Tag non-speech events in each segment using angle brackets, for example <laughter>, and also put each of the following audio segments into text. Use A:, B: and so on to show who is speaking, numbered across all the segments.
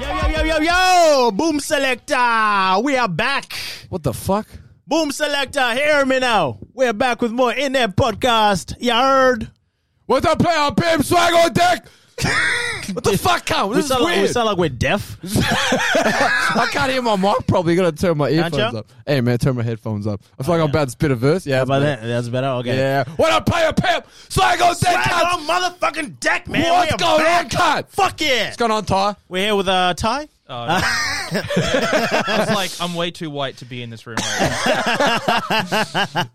A: Yo, yo, yo, yo, yo! Boom Selector! We are back!
B: What the fuck?
A: Boom Selector, hear me now! We're back with more in that podcast. You heard?
B: What the play on Pimp Swag
A: <laughs>
B: on deck? what the fuck, Carl?
A: We
B: This is
A: sound, like, we
B: weird.
A: sound like we're deaf.
B: I can't hear my mic properly. Gotta turn my
A: Can't
B: earphones
A: ya?
B: up. Hey, man, turn my headphones up. I
A: Oh,
B: feel like I'm about to spit a verse. Yeah,
A: How about
B: that's
A: that? That's better?
B: better.
A: Okay.
B: Yeah. What up, play on Pimp Swag on deck,
A: Back
B: cunt?
A: on motherfucking deck, man!
B: What's
A: We're
B: going
A: back.
B: on, cunt?
A: Fuck yeah!
B: What's going on, Ty?
A: We're here with uh, Ty.
C: Oh,
B: <laughs>
C: no. I was like, I'm way too white to be in this room right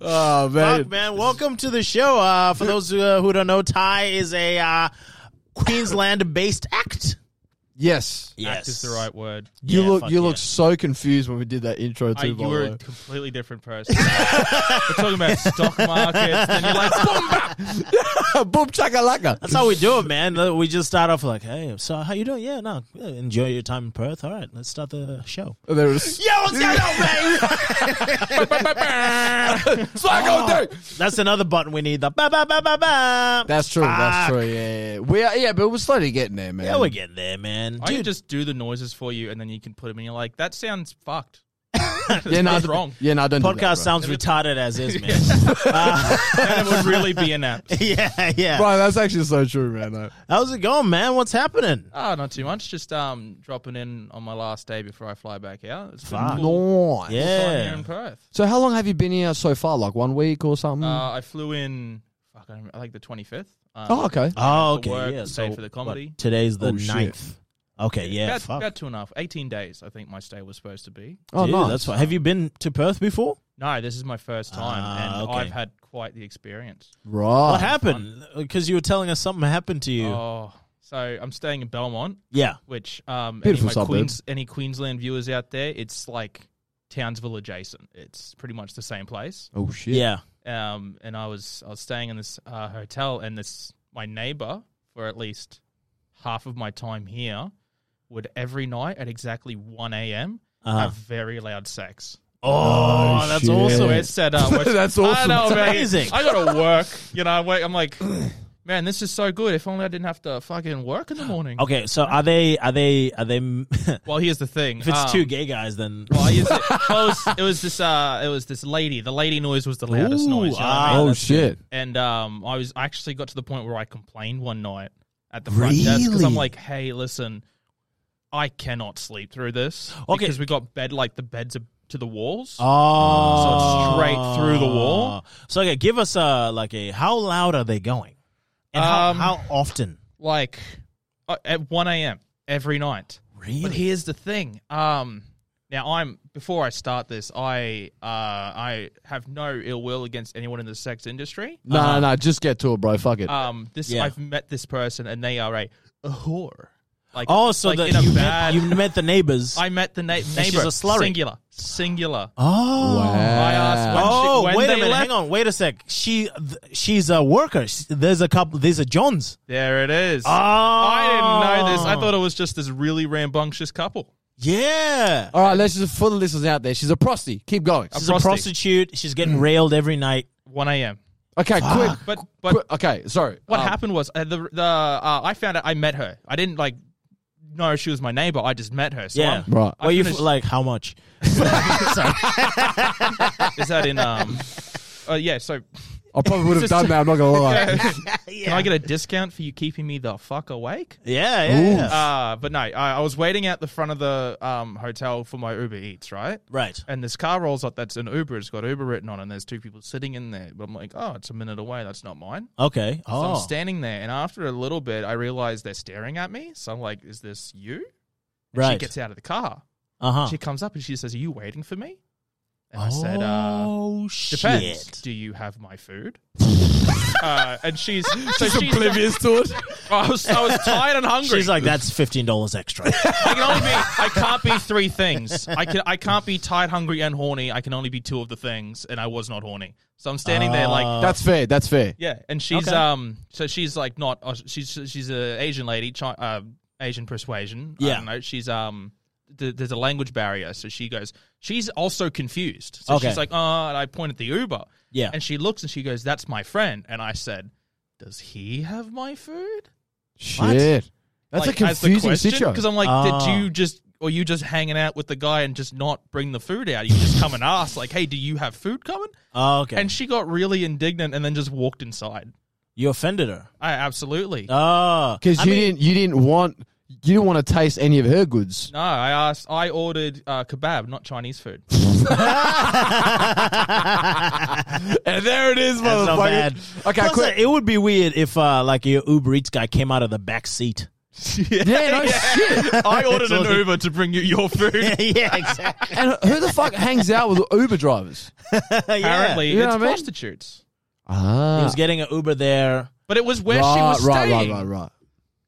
B: Oh,
A: Fuck, man. Welcome to the show. Uh, for those who, uh, who don't know, Ty is a uh, Queensland based act.
B: Yes.
C: now. Act is the right word.
B: You
A: Yeah,
B: look
A: fuck
B: you
A: yeah.
B: look so confused when we did that intro
C: I,
B: too.
C: you
B: by the
C: were
B: way.
C: a completely different person. <laughs> We're talking about stock markets, and you're like, boom,
A: <laughs>
C: bap.
B: <laughs> Boom chakalaka.
A: That's how we do
B: <laughs>
A: it, man. Uh, We just start off like, hey, so how you doing? Yeah, no, yeah, enjoy your time in Perth. All right, let's start the show.
B: There
A: <laughs>
B: was
A: Yo, what's going on, <laughs> man?
B: swag on deck.
A: That's another button we need. The ba ba ba ba ba.
B: That's true. That's
A: Fuck.
B: true. Yeah, yeah. we are. Yeah, but we're slowly getting there, man.
A: Yeah, we're getting there, man.
C: I can
A: Dude,
C: just do the noises for you, and then you can put them in. You're like, that sounds
B: <laughs>
C: fucked.
B: yeah, no,
C: That's
B: d-
C: wrong.
B: <laughs> Yeah, no, don't do that,
A: podcast
B: bro.
A: sounds retarded as is, man. <laughs>
C: And it would really be an app.
A: yeah, yeah.
B: Bro, that's actually so true, man. Though.
A: How's it going, man? What's happening?
C: Ah, not too much. Just um, dropping in on my last day before I fly back out. It's been
A: Fuck.
C: cool
B: Nice.
C: time here
A: Yeah.
C: in Perth.
B: So, how long have you been here so far? Like one week or something?
C: Uh, I flew in. Fuck, I, don't remember, I think the 25th. Um,
B: oh, okay.
A: Oh,
C: For work,
A: okay. Yeah.
C: stay
A: So
C: for the comedy.
A: what, today's the
B: Oh, shit.
A: ninth. Okay. Yeah.
C: about,
A: fuck.
C: about two and a half, 18 days. I think my stay was supposed to be.
B: Oh,
A: Dude,
B: nice.
A: That's fine. Have you been to Perth before?
C: No, this is my first time,
A: Ah,
C: and
A: okay.
C: I've had quite the experience.
B: Right.
A: what happened? Because you were telling us something happened to you.
C: Oh, so I'm staying in Belmont,
A: yeah.
C: which um, any, of
B: Beautiful
C: my
B: suburb.
C: Queens, any Queensland viewers out there, it's like Townsville adjacent. It's pretty much the same place.
B: Oh shit.
A: Yeah.
C: Um, and I was I was staying in this uh, hotel, and this my neighbor for at least half of my time here would every night at exactly 1 a.m.
A: Uh-huh.
C: have very loud sex.
A: Oh, that's
B: shit.
A: awesome.
C: So it's set up.
A: <laughs>
C: It's-
B: That's
C: I know,
B: awesome.
C: man.
A: amazing.
C: I
A: <laughs>
C: gotta work. You know, I wake, I'm like, man, this is so good. If only I didn't have to fucking work in the morning.
A: Okay, so are they? Are they? Are they? <laughs> if
C: Well, here's the thing.
A: it's
C: um,
A: two gay guys, then
C: Well, here's the- well, it, was, it was this. Uh, it was this lady. The lady noise was the loudest
A: Ooh,
C: noise. You know what I
A: ah.
C: mean?
B: Oh
A: that's
B: shit.
C: And um, I was I actually got to the point where I complained one night at the front desk because
A: Really?
C: I'm like, hey, listen, I cannot sleep through this.
A: Okay. Ah.
C: because we got bed like the beds are to the walls.
A: Oh,
C: So straight through the wall.
A: So okay, give us a like a how loud are they going, and how,
C: Um,
A: how often?
C: like uh, at 1 a.m. every night. But
A: Really?
C: here's the thing. Um, now I'm before I start this, I uh, I have no ill will against anyone in the sex industry.
B: No, no, no. Just get to it, bro. Fuck it.
C: Um, this
A: Yeah.
C: I've met this person and they are a, a whore. Like
A: Oh, so
C: like
A: that
C: in a
A: you, met,
C: bad.
A: you met the neighbors.
C: <laughs> I met the na- neighbor.
A: she's a slurry.
C: Singular. Singular.
A: oh,
C: I asked when
A: oh,
C: she, when
A: wait a
C: they
A: minute,
C: left-
A: hang on, wait a sec. She, th- she's a worker. S- There's a couple. There's a Johns.
C: There it is.
A: Oh,
C: I didn't know this. I thought it was just this really rambunctious couple.
A: yeah.
B: All right. Let's just for the listeners out there. She's a prosty. Keep going.
A: She's a prostitute. She's getting railed every night.
C: 1 a.m.
B: Okay. Quick.
C: But but
B: quick. Okay. Sorry.
C: What
B: Um,
C: happened was uh, the the uh, I found out I met her. I didn't like know she was my neighbor. I just met her. So
A: Yeah.
C: I'm-
B: Right.
C: I
A: Well, you f-
C: finished-
A: like how much?
C: is that in um? uh, yeah. So <laughs>
B: I probably would have done that. I'm not gonna lie.
C: can I get a discount for you keeping me the fuck awake?
A: Yeah, yeah, yeah.
C: Uh, but no, I, I was waiting out the front of the um hotel for my Uber Eats. Right.
A: right.
C: And this car rolls up. That's an Uber. It's got Uber written on, it, and there's two people sitting in there. But I'm like, oh, it's a minute away. That's not mine.
A: Okay.
C: So
A: Oh,
C: I'm standing there, and after a little bit, I realize they're staring at me. So I'm like, is this you? And She
A: right.
C: gets out of the car.
A: Uh huh.
C: She comes up and she says, "Are you waiting for me?" And I said, uh,
A: oh
C: depends.
A: shit.
C: Do you have
A: <laughs>
C: my food? uh, and she's so she's
B: Oblivious to it.
C: I was, I was tired and hungry.
A: She's like, that's fifteen dollars
C: <laughs>
A: extra.
C: I
A: <laughs>
C: can only be. I can't be three things. I can. I can't be tired, hungry, and horny. I can only be two of the things, and I was not horny. So I'm standing there like,
B: That's fair. That's fair.
C: Uh, yeah. And she's
A: Okay.
C: um. So she's like not. Uh, she's she's a Asian lady, chi- uh, Asian persuasion. I
A: Yeah.
C: don't know. She's um. Th- there's a language barrier, so she goes. She's also confused. So
A: Okay.
C: she's like, oh, and I point at the Uber.
A: Yeah.
C: And she looks and she goes, "That's my friend." And I said, "Does he have my food?"
B: Shit. That's a confusing situation.
C: Because I'm like, did
A: Ah.
C: you just, or you just hanging out with the guy and just not bring the food out? You just come and ask, like, hey, do you have food coming?
A: Oh, okay.
C: And she got really indignant and then just walked inside.
A: you offended her.
C: I absolutely.
A: Oh, <laughs>
B: Because
A: I
B: you
A: mean-
B: didn't you didn't want you didn't want to taste any of her goods.
C: No, I asked. I ordered uh, kebab, not Chinese <laughs> food.
B: And there it is,
A: That's not bad.
B: Okay,
A: Plus,
B: quick.
A: uh, It would be weird if uh, like your Uber Eats guy came out of the back seat.
B: yeah, no shit.
C: <laughs> I
A: <laughs>
C: ordered an
A: awesome.
C: Uber to bring you your food.
A: <laughs> yeah, exactly.
B: And who the fuck hangs out with Uber drivers?
C: <laughs> Apparently,
B: You know
C: it's
B: what I mean?
C: prostitutes.
B: Ah,
A: He was getting an Uber there.
C: But it was where
B: right,
C: she was
B: right,
C: staying.
B: right, right, right.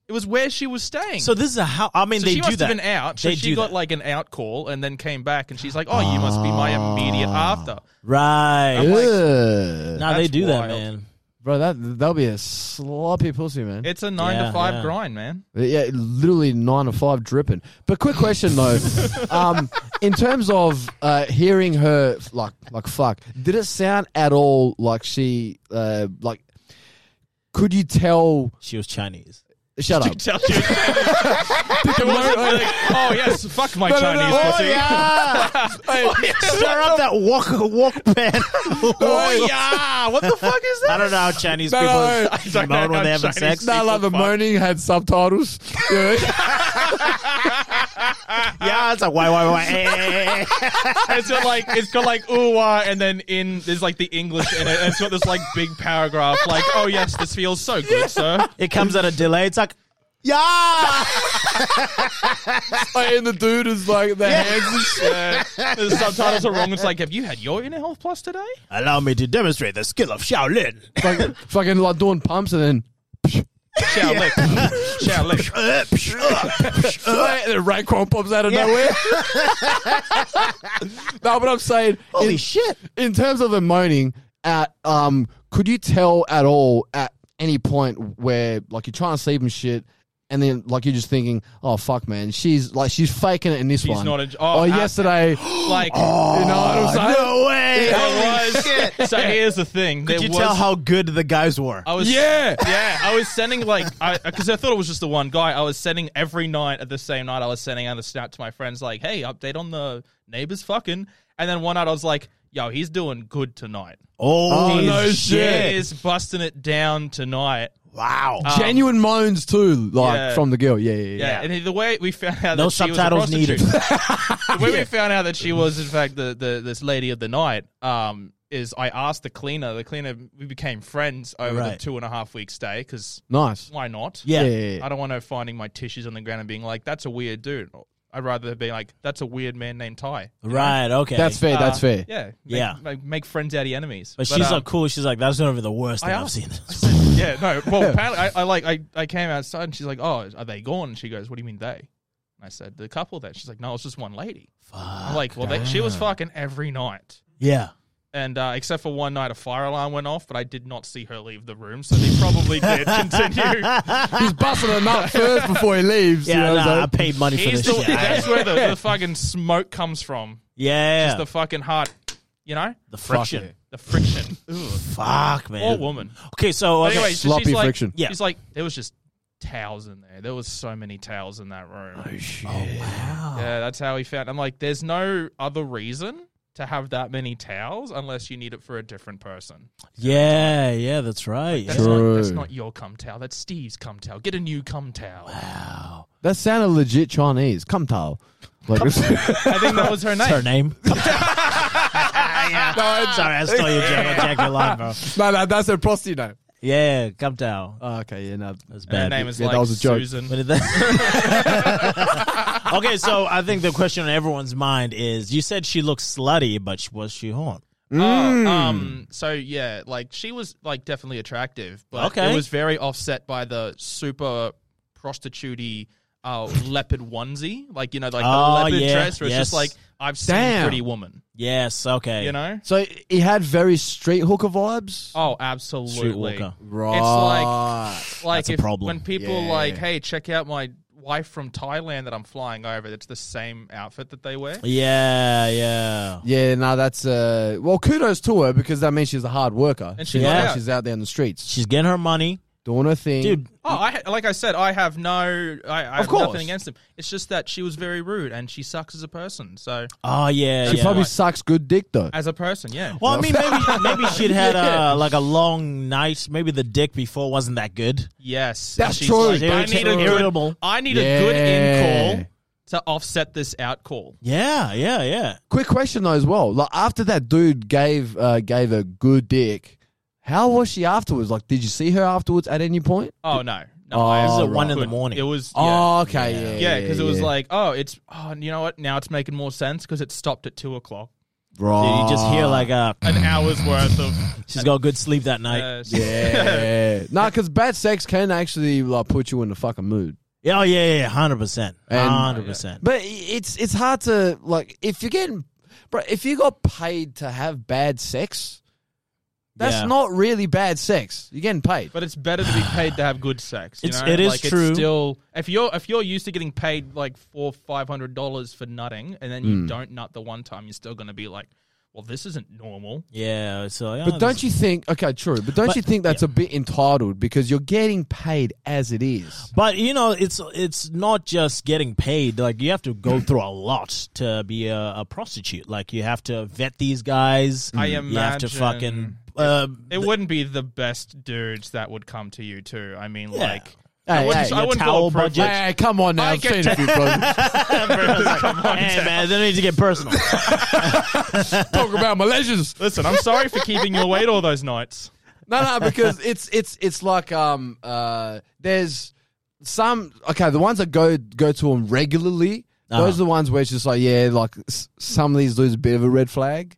C: It was where she was staying.
A: So this is a how. I mean,
C: So
A: they
C: she
A: do
C: must
A: that.
C: have been out. So
A: They
C: she
A: do
C: got
A: that.
C: like an out call and then came back and she's like, "Oh, you must be my immediate after."
A: right.
C: I'm like-
B: Ugh.
A: now they
C: That's
A: do that,
C: wild.
A: man.
B: bro, that that'll be a sloppy pussy, man.
C: It's a nine
A: Yeah,
C: to five
A: yeah.
C: grind, <laughs> man.
B: Yeah, literally nine to five dripping. But quick question though, um, in terms of uh, hearing her like like fuck, did it sound at all like she uh, like? Could you tell?
A: She was Chinese.
B: Shut up.
C: Tell you. It wasn't like, <laughs> oh yes, fuck my
B: No, no, no.
C: Chinese
B: Oh,
A: <laughs>
C: pussy.
B: yeah.
C: <laughs>
A: Stir up that walk walk pen. <laughs>
C: Oh yeah, what the fuck is
A: I
C: <laughs> that?
A: don't know how Chinese
B: No,
A: people
B: no,
C: I
A: moan
C: don't know
A: when
C: how
A: they're having
C: Chinese
A: sex.
C: people-
B: No, like the
C: fuck.
B: moaning had subtitles. You know?
A: Yeah, <laughs> it's like why why why. eh, eh, eh, eh.
C: It's got like it's got like ooh ah, and then in there's like the English in it. And it's got this like big paragraph like, oh yes, this feels so good, sir.
A: It comes at a delay. It's like
B: <laughs> <laughs> yeah. and the dude is like the hands and shit.
C: Uh, the subtitles are wrong. It's like, have you had your inner health plus today?
A: allow me to demonstrate the skill of Shaolin.
B: Like, fucking like doing pumps and then <laughs>
C: Chow lick, chow lick.
A: uh,
B: and then Raekwon pops out of nowhere. <laughs> no, but I'm saying
A: Holy
B: in,
A: shit!
B: in terms of the moaning, at um, could you tell at all at any point where like you're trying to sleep and shit, and then like you're just thinking, oh fuck, man, she's like she's faking it in this
C: She's
B: one.
C: not a- oh,
B: or
C: I-
A: <gasps>
B: yesterday,
C: Like.
B: you know what I'm saying?
A: Oh, No way!
C: It was. So here's the thing.
A: Could you tell how good the guys were?
C: I was
B: Yeah.
C: yeah. I was sending like I because I thought it was just the one guy. I was sending every night at the same night. I was sending out a snap to my friends like, "Hey, update on the neighbors fucking." And then one night I was like, "Yo, he's doing good tonight.
A: Oh,
B: no
C: He is busting it down tonight."
A: Wow.
B: Genuine moans too, like
C: Yeah.
B: from the girl. Yeah, yeah, yeah.
C: Yeah, and the way we found out
A: No
C: that she was a
A: subtitles needed. <laughs>
C: <laughs> prostitute- the way we found out that she was in fact the, the this lady of the night um, is I asked the cleaner. The cleaner we became friends over the
A: Right.
C: two and a half week stay because
B: Nice.
C: why not?
A: yeah.
B: Yeah, yeah, yeah.
C: I don't want her finding my tissues on the ground and being like, "That's a weird dude." I'd rather be like, "That's a weird man named Ty."
A: Right, okay.
B: That's fair. that's
C: Uh,
B: fair.
C: Yeah, make,
A: Yeah.
C: Make, make friends out of enemies.
A: But she's
C: um,
A: like cool. She's like, that's not even the worst thing
C: <laughs> I
A: I've
C: asked-
A: seen. <laughs>
C: yeah, no. Well, apparently, I, I like, I, I came outside and she's like, "Oh, are they gone?" And she goes, "What do you mean they?" And I said, "The couple that." She's like, "No, it's just one lady." I'm like, "Well, they, she was fucking every night."
A: yeah.
C: And uh, except for one night, a fire alarm went off, but I did not see her leave the room, so they
A: <laughs>
C: probably did continue.
B: He's busting a nut first before he leaves. you
A: Yeah,
B: know what I'm
A: nah, I
B: saying?
A: paid money for
C: He's
A: this
C: the,
A: shit. I-
C: that's where the, the fucking smoke comes from.
A: yeah.
C: the fucking heart, you know,
A: the friction.
C: the friction.
A: <laughs> Fuck, man.
C: Poor woman.
A: Okay, so
C: But
A: okay.
C: anyway, so
B: Sloppy
C: she's like,
B: friction.
C: Yeah.
A: Yeah.
C: She's like, there was just towels in there. There was so many towels in that room.
A: Oh.
C: Yeah, that's how we found. I'm like, there's no other reason to have that many towels unless you need it for a different person.
A: yeah, yeah, that's right.
C: That's,
A: yeah.
C: not,
B: True.
C: that's not your cum towel. That's Steve's cum towel. Get a new cum towel.
B: That sounded legit Chinese. Come tao. Like, <laughs>
C: I think that was her name.
A: <laughs> That's her
C: <laughs>
A: name. Sorry, I stole your joke. I jacked your line, bro.
B: no, no, that's a prostitute name.
A: Yeah, come down.
B: Oh, okay, yeah, no.
A: That's
C: Her
A: bad.
C: name is <laughs>
B: Yeah, that
C: like
B: was a joke.
C: Susan.
A: When did that- <laughs> okay, so I think the question on everyone's mind is: You said she looks slutty, but she- was she hot? Mm.
C: Oh, um. So yeah, like she was like definitely attractive, but
A: Okay.
C: it was very offset by the super prostitute uh, leopard onesie, like you know, like
A: Oh,
C: the leopard
A: yeah,
C: dress, where it's
A: yes.
C: just like I've seen
B: Damn.
C: Pretty Woman,
A: Yes. Okay.
C: you know.
B: So he had very street hooker vibes.
C: Oh, absolutely.
A: Streetwalker.
B: Right.
C: Like
A: That's a
C: if,
A: problem.
C: when people are
B: Yeah.
C: like, "Hey, check out my wife from Thailand that I'm flying over," that's the same outfit that they wear.
A: Yeah. Yeah.
B: yeah, no, that's uh. Well, kudos to her because that means she's a hard worker.
C: And
B: She-
C: she's
A: Yeah.
C: out.
B: she's out there in the streets
A: She's getting her money,
B: doing her thing.
A: dude.
C: Oh, I ha- like I said, I have no, I, I have
B: course.
C: nothing against him. It's just that she was very rude and she sucks as a person. So
A: Oh yeah.
B: she
A: yeah.
B: probably sucks good dick though.
C: as a person, yeah.
A: Well, I mean, <laughs> maybe maybe she'd had uh, like a long night. Maybe the dick before wasn't that good.
C: Yes,
B: That's
C: And she's
B: true.
C: like, I
A: Irrit-
C: need a good,
A: irritable.
C: I need a good in
B: Yeah.
C: call to offset this out call.
A: Yeah. Yeah. Yeah.
B: Quick question though, as well. Like after that dude gave uh, gave her good dick, how was she afterwards? Like, did you see her afterwards at any point?
C: Oh no, no,
B: Oh,
C: I
B: This is at
C: couldn't.
A: one in the morning.
C: It was yeah.
B: Oh, okay, yeah,
C: Yeah, because it was
B: yeah.
C: like, oh, it's, oh, you know what? Now it's making more sense because it stopped at two o'clock,
B: right.
A: you just hear like uh,
C: an hour's worth
B: <laughs>
C: of.
A: she's got good sleep that night.
C: Uh, s-
B: Mm. Yeah. no, because bad sex can actually like put you in a fucking mood.
A: Yeah, oh, yeah, yeah, hundred percent,
C: oh,
B: And-
A: hundred percent.
B: But i- it's it's hard to like if you're getting, bro. If you got paid to have bad sex, that's
A: Yeah.
B: not really bad sex. You're getting paid.
C: But it's better to be paid to have good sex. You
A: It's-
C: know?
A: it is
C: like,
A: true.
C: It's still, if you're if you're used to getting paid like four five hundred dollars for nutting, and then you
B: Mm.
C: don't nut the one time, you're still going to be like, well, this isn't normal.
A: Yeah, so yeah,
B: But don't you think? Okay, true. Oh, But don't
A: But-
B: you think that's a bit entitled because you're getting paid as it is?
A: But you know, it's it's not just getting paid. Like you have to go through a lot to be a, a prostitute. Like you have to vet these guys.
C: Mm. I
A: You have to
C: imagine
A: fucking. Uh,
C: It wouldn't be the best dudes that would come to you too. I mean,
A: Yeah.
C: like,
B: Hey,
C: I wouldn't,
B: hey,
C: I
A: your
C: wouldn't
A: towel
C: call it privilege.
A: budget.
C: <laughs>
B: Hey, come on now.
C: I
B: I've
C: get
B: seen <laughs> a few, bro.
C: Come on,
A: hey
C: Ted.
A: man, they need to get personal.
B: Talk about my leisures.
C: Listen, I'm sorry for keeping you awake all those nights.
B: No, no, because it's it's it's like um uh there's some okay the ones that go go to them regularly. Those are the ones where it's just like yeah, like s- some of these dudes a bit of a red flag,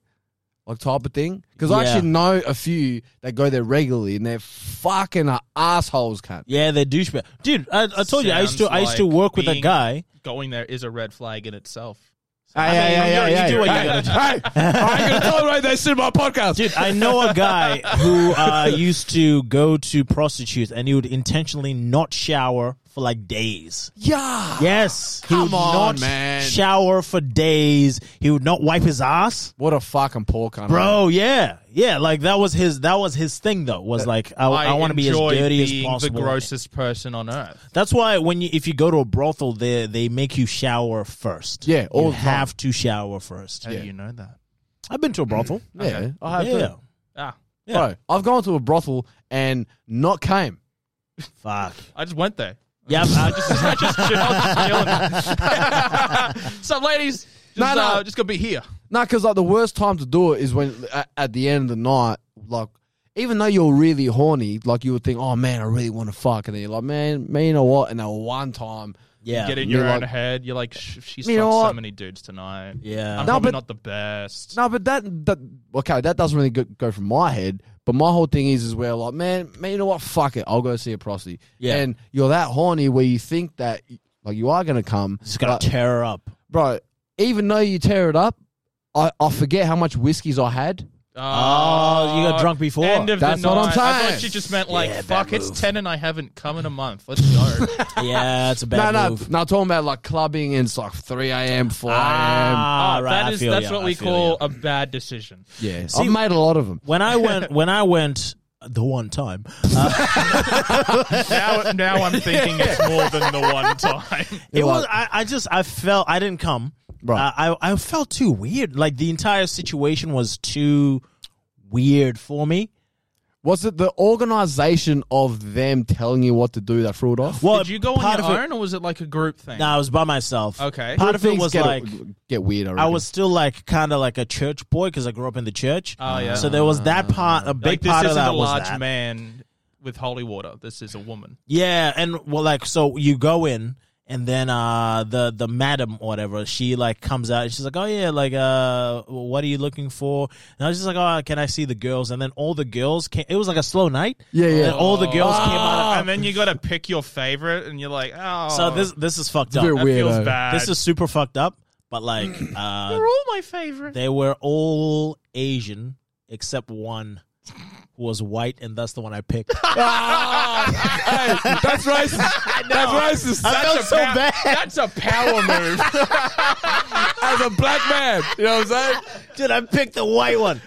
B: like type of thing. Because I
A: Yeah.
B: actually know a few that go there regularly and they're fucking a- assholes, cunt.
A: yeah, they're douchebag, dude. I, I told you, I used to
C: Sounds
A: I used to
C: like
A: work with a
C: being-
A: guy.
C: Going there is a red flag
A: <laughs>
C: in itself.
B: Hey, hey,
A: mean,
B: hey,
A: you-
B: hey,
A: you do what
B: hey,
A: you gotta do.
B: hey, I ain't gonna tolerate this in my podcast.
A: Dude, I know a guy who uh, used to go to prostitutes and he would intentionally not shower for like days.
B: <laughs> yeah,
A: Yes. He would
B: Come on,
A: not
B: man.
A: shower for days. He would not wipe his ass.
B: What a fucking poor cunt,
A: Bro, yeah. Yeah, like that was his that was his thing though. Was like I, I, want to be as
C: enjoy
A: dirty as
C: being
A: possible.
C: The grossest person on earth.
A: That's why when you if you go to a brothel they they make you shower first.
B: Yeah, all
A: you
B: the time.
A: have to shower first.
C: How do you know that?
A: I've been to a brothel.
C: Mm-hmm.
B: Yeah, I have
A: yeah.
B: to.
C: Ah,
A: Yeah.
B: Bro, I've gone to a brothel and not came.
A: Fuck.
C: I just went there. <laughs>
A: Yeah, I just
C: I just chill, I'm just
B: <laughs>
C: chilling. so, ladies, just,
B: No, no.
C: Uh, just gonna be here.
B: No, because like the worst time to do it is when a- at the end of the night, like even though you're really horny, like you would think, oh man, I really want to fuck, and then you're like, man, man, you know what? And that one time,
A: yeah.
C: Get in
B: You're
C: your own
B: like-
C: head. You're like, Sh- she's
B: You
C: fucked
B: know
C: so
B: what?
C: many dudes tonight.
A: Yeah.
C: I'm
B: No,
C: probably
B: but-
C: not the best.
B: no, but that, that okay, that doesn't really go, go from my head. But my whole thing is, is where like, man, man, you know what? Fuck it, I'll go see a prostitute.
A: Yeah.
B: and you're that horny where you think that like you are gonna come,
A: Just gotta tear her up.
B: bro. Even though you tear it up, I, I forget how much whiskeys I had.
A: Oh, you got drunk before.
C: Uh, End of
B: That's
C: the
B: what I'm
C: night. I
B: saying.
C: thought you just meant like,
A: Yeah, bad
C: fuck, it's
A: move.
C: ten and I haven't come in a month. Let's
A: <laughs>
C: go. Uh,
A: Yeah,
B: <laughs>
A: it's a
B: No,
A: bad
B: no,
A: move. Um,
B: no. I'm Talking about like clubbing and it's like 3 a.m., 4 a.m.
A: Ah,
C: Oh,
A: right, I
C: that is
A: feel
C: that's
A: ya,
C: what
A: I
C: we
A: feel
C: call
A: ya.
C: a bad decision.
B: Yeah,
A: See-
B: I've made a lot of them.
A: When I went, when I went the one
B: <laughs>
A: time, uh,
C: <laughs> Now, now I'm thinking
A: <laughs>
C: it's more than the one time.
A: it was.
B: was-
A: I, I just I felt I didn't come.
B: Right.
A: Uh, I I felt too weird. Like the entire situation was too weird for me.
B: Was it the organization of them telling you what to do that threw it off?
A: <laughs> Well,
C: Did you go on
A: part
C: your
A: of it-
C: own, or was it like a group thing?
A: No, I was by myself.
C: Okay.
A: Part of it
B: Things
A: was
B: get,
A: like
B: get weird. I,
A: I
B: reckon.
A: was still like kind of like a church boy because I grew up in the church.
C: Oh, yeah.
A: So there was
B: Ah.
A: that part. A big
C: like this
A: part
C: isn't
A: of that
C: a
A: was
C: large
A: that.
C: man with holy water. This is a woman.
A: Yeah, and well, like so you go in And then uh, the the madam or whatever, she like comes out and she's like, "Oh yeah, like uh, what are you looking for?" And I was just like, "Oh, can I see the girls?" And then all the girls came. It was like a slow night.
B: Yeah, yeah.
A: And all the girls came out.
C: Ah! and then you got to pick your favorite, and you're like, oh,
A: So this this is fucked
B: very
C: that
A: up.
B: weird. Weirdo.
C: feels bad.
A: This is super fucked up. But like, uh,
B: <clears throat>
C: they're all my favorite.
A: they were all Asian except one, who was white, and that's the one I <laughs> picked.
B: hey, that's
C: <laughs>
B: racist. That's racist.
A: I felt so
C: pow-
A: bad.
C: That's a power <laughs> move.
B: As a black man, you know what I'm saying?
A: Dude, I picked the white
B: <laughs>
A: one.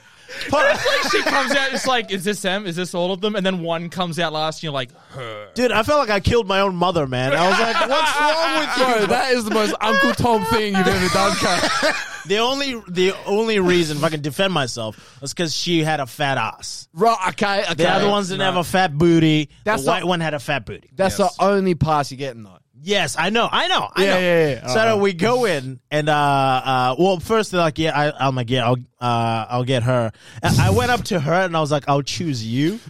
C: she comes out, it's like, is this them? Is this all of them? And then one comes out last, and you're like, her.
A: Dude, I felt like I killed my own mother, man. I was like, what's wrong with you?
B: Bro, that is the most Uncle Tom thing you've ever done, Kat.
A: The only the only reason if I can defend myself was because she had a fat ass.
B: <laughs> Right, okay, okay.
A: The other ones didn't have a fat booty.
B: That's
A: the white
B: not-
A: one had a fat booty.
B: That's
C: Yes.
B: the only pass you're getting, <laughs> though.
A: Yes, I know, I know, I
B: Yeah,
A: know.
B: yeah, yeah.
A: So
B: Uh-uh.
A: we go in, and uh, uh, well, first they're like, yeah, I, I'm like, yeah, I'll, uh, I'll get her. And I went up to her and I was like, I'll choose you,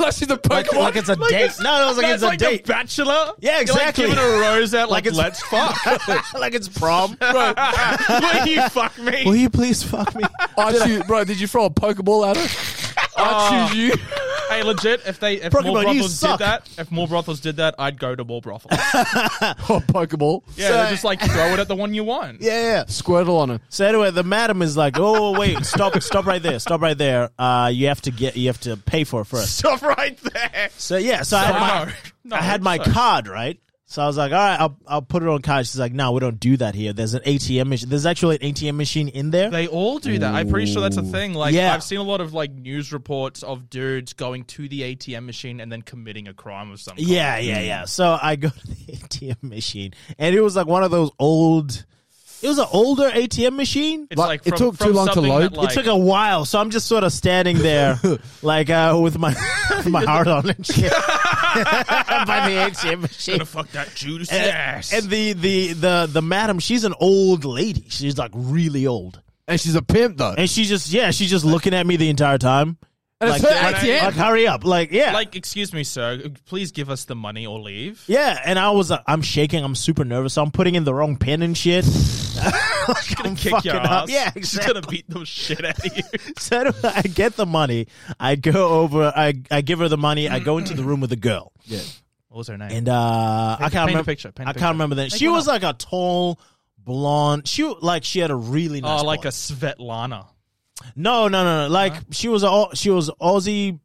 B: like she's a Pokemon.
A: like, like it's a date. No, no, it was like it's
C: That's
A: a
C: like
A: date,
C: the bachelor.
A: Yeah, exactly.
C: You're like giving a rose out, like,
A: Like it's- <laughs>
C: let's fuck. <laughs>
A: like it's prom. <laughs>
C: Will you fuck me?
A: Will you please fuck <laughs> me?
B: I choose, bro, did you throw a Pokeball at her? I choose you.
C: Hey, legit. If they, if
A: Pokemon,
C: more
A: you
C: brothels did
A: suck.
C: that, if more brothels did that, I'd go to
A: <laughs>
C: more brothels.
B: Oh, Pokeball.
C: Yeah, they just like throw it at the one you want.
A: Yeah, <laughs> yeah.
B: Squirtle on her.
A: So anyway, the madam is like, "Oh wait, stop, stop right there, stop right there. Uh, you have to get, you have to pay for it first.
C: Stop right there.
A: So yeah, so I had my,
C: No, no,
A: I had my
C: sorry.
A: card right. So I was like, "All right, I'll, I'll put it on card." She's like, "No, we don't do that here. There's an ATM machine. There's actually an ATM machine in there."
C: They all do that. I'm pretty sure that's a thing. Like
A: Yeah.
C: I've seen a lot of like news reports of dudes going to the ATM machine and then committing a crime of some kind.
A: yeah, yeah, yeah. So I go to the <laughs> ATM machine, and it was like one of those old. It was an older ATM machine.
C: It's
B: Like,
C: like
B: it
C: from,
B: took
C: from
B: too long to
C: something
B: load. It
C: that, like,
A: it took a while, so I'm just sort of standing
C: <laughs>
A: there, like uh, with my <laughs> with my heart on and shit, by the ATM machine.
C: gonna fuck that Judas
A: And,
C: ass.
A: and the, the the the madam, she's an old lady. She's like really old,
B: And she's a pimp, though.
A: and she's just yeah, she's just looking at me the entire time.
B: And it's
A: Like,
B: her
A: like,
B: ATM.
A: like, hurry up, like yeah,
C: like, excuse me, sir. Please give us the money or leave.
A: yeah. And I was like, I'm shaking, I'm super nervous. So I'm putting in the wrong pin and shit. <laughs>
C: She's gonna
A: I'm
C: kick
A: fucking
C: your
A: up.
C: ass.
A: Yeah,
C: She's gonna beat the shit out
A: <laughs>
C: of you.
A: So anyway, I get the money. I go over. I I give her the money. I go into the room with the girl.
B: yeah.
C: What was her name?
A: and uh, I
C: Paint- paint a
A: can't remember.
C: picture, paint a
A: I
C: picture.
A: can't remember that.
C: Make
A: She
C: one
A: was like a tall blonde. She like she had a really
C: oh,
A: nice.
C: like a
A: voice.
C: Svetlana.
A: no, no, no, no. Like she was a she was Aussie.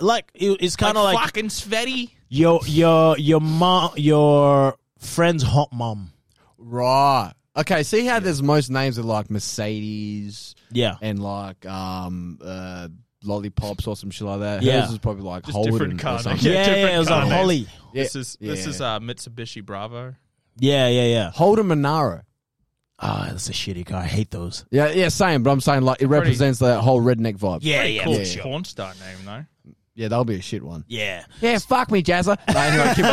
A: Like it, it's kind of like,
C: fucking Svetty.
A: your your your mom your friend's hot mom.
B: Right. Okay, see how there's most names are like Mercedes
A: Yeah,
B: and like um uh lollipops or some shit like that.
A: Yeah.
B: Hers is probably like
C: Just
B: Holden
C: different car
B: or
C: name.
B: something.
A: yeah, yeah.
C: different
A: it was
C: car
A: like
C: names.
A: Holly.
B: Yeah.
C: This is this
B: Yeah.
C: is uh, Mitsubishi Bravo.
A: Yeah, yeah, yeah.
B: Holden Monaro.
A: Ah, that's a shitty car. I hate those.
B: Yeah, yeah, same. But I'm saying like it represents that whole redneck vibe.
A: Yeah,
C: Pretty
A: yeah,
C: cool
A: for sure.
C: porn star name though.
B: yeah, that'll be a shit one.
A: Yeah.
B: Yeah, fuck me, Jazza. No, anyway, keep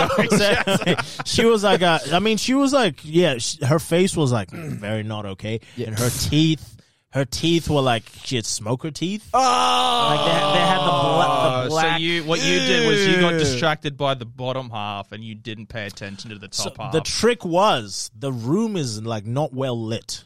B: going.
A: <laughs> So- she was like, uh, I mean, she was like, yeah, she, her face was like mm, very not okay, and her teeth, her teeth were like she had smoker teeth. Oh, like they, they had the, bla-
C: Uh,
A: the
C: so
A: black.
C: you, what you did was you got
B: Ew.
C: distracted by the bottom half, and you didn't pay attention to the
A: So
C: top half.
A: the trick was the room is like not well lit.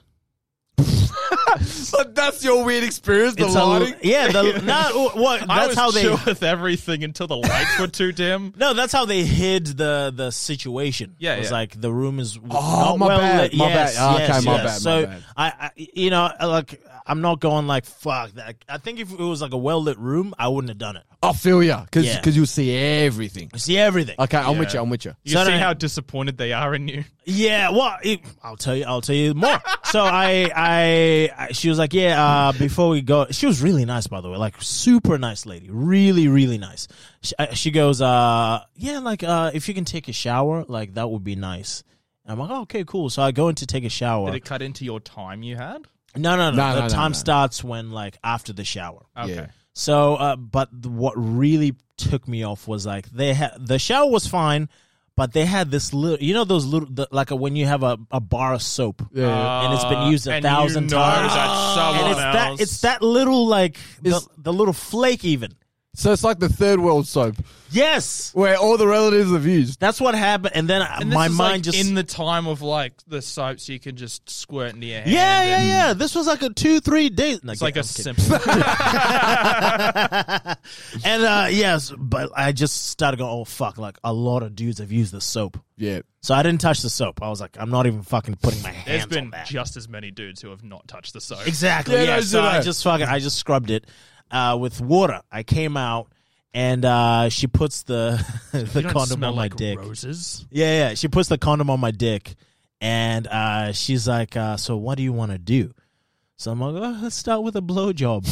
B: But that's your weird experience, the
A: It's a-
B: lighting.
A: yeah, the not what
C: I
A: that's
C: was
A: how they
C: chill with everything until the lights were
A: <laughs>
C: too dim.
A: no, that's how they hid the the situation.
C: Yeah,
A: it was
C: yeah.
A: like the room is w-
B: Oh,
A: not
B: my
A: well
B: bad,
A: lit.
B: my
A: yes,
B: bad. Ah,
A: yes,
B: okay, my
A: yes.
B: bad, my
A: So
B: bad.
A: I, I, you know, like I'm not going like fuck. That. I think if it was like a well lit room, I wouldn't have done it.
B: I feel ya, because
A: Yeah.
B: you'll see everything.
A: I see everything.
B: Okay, I'm with you. I'm with you.
C: You
A: So
C: see
A: then-
C: how disappointed they are in you.
A: Yeah, well, it, I'll tell you, I'll tell you
C: <laughs>
A: more. so I, I, I, she was like, yeah. Uh, before we go, she was really nice, by the way, like super nice lady, really, really nice. She, uh, she goes, uh, yeah, like uh, if you can take a shower, like that would be nice. I'm like, oh, okay, cool. So I go in to take a shower.
C: Did it cut into your time you had?
A: no, no, no.
B: No,
A: the
B: no, no,
A: time
B: no.
A: starts when like after the shower.
C: Okay.
B: Yeah.
A: So, uh, but th- what really took me off was like they had the shower was fine, but they had this little, you know, those little the, like a, when you have a, a bar of soap
B: Yeah.
A: and it's been used a
C: Uh, and
A: thousand
C: you know
A: times,
C: That
A: and
C: someone
A: it's
C: else.
A: that it's that little like the,
B: Is-
A: the little flake even.
B: So it's like the third world soap
A: Yes,
B: where all the relatives have used.
A: that's what happened. And then I-
C: And this
A: my
C: is,
A: mind
C: like,
A: just
C: in the time of like the soaps, you can just squirt into your hand.
A: yeah,
C: and
A: yeah, yeah. This was like a two, three days.
C: It's like a
A: simple.
C: simple.
A: <laughs> and uh yes, but I just started going, oh fuck, like a lot of dudes have used the soap.
B: Yeah.
A: So I didn't touch the soap. I was like, I'm not even fucking putting my
C: There's
A: hands on
C: been
A: that.
C: just as many dudes who have not touched the soap.
A: exactly.
B: Yeah,
A: Yeah.
B: no,
A: so I
B: zero.
A: just fucking I just scrubbed it uh with water. I came out and uh she puts the <laughs> the
C: You don't
A: condom
C: smell
A: on my
C: like
A: dick.
C: Roses.
A: Yeah, yeah. She puts the condom on my dick, and uh, she's like, uh, "So what do you want to do?" So I'm like, oh, "Let's start with a blowjob."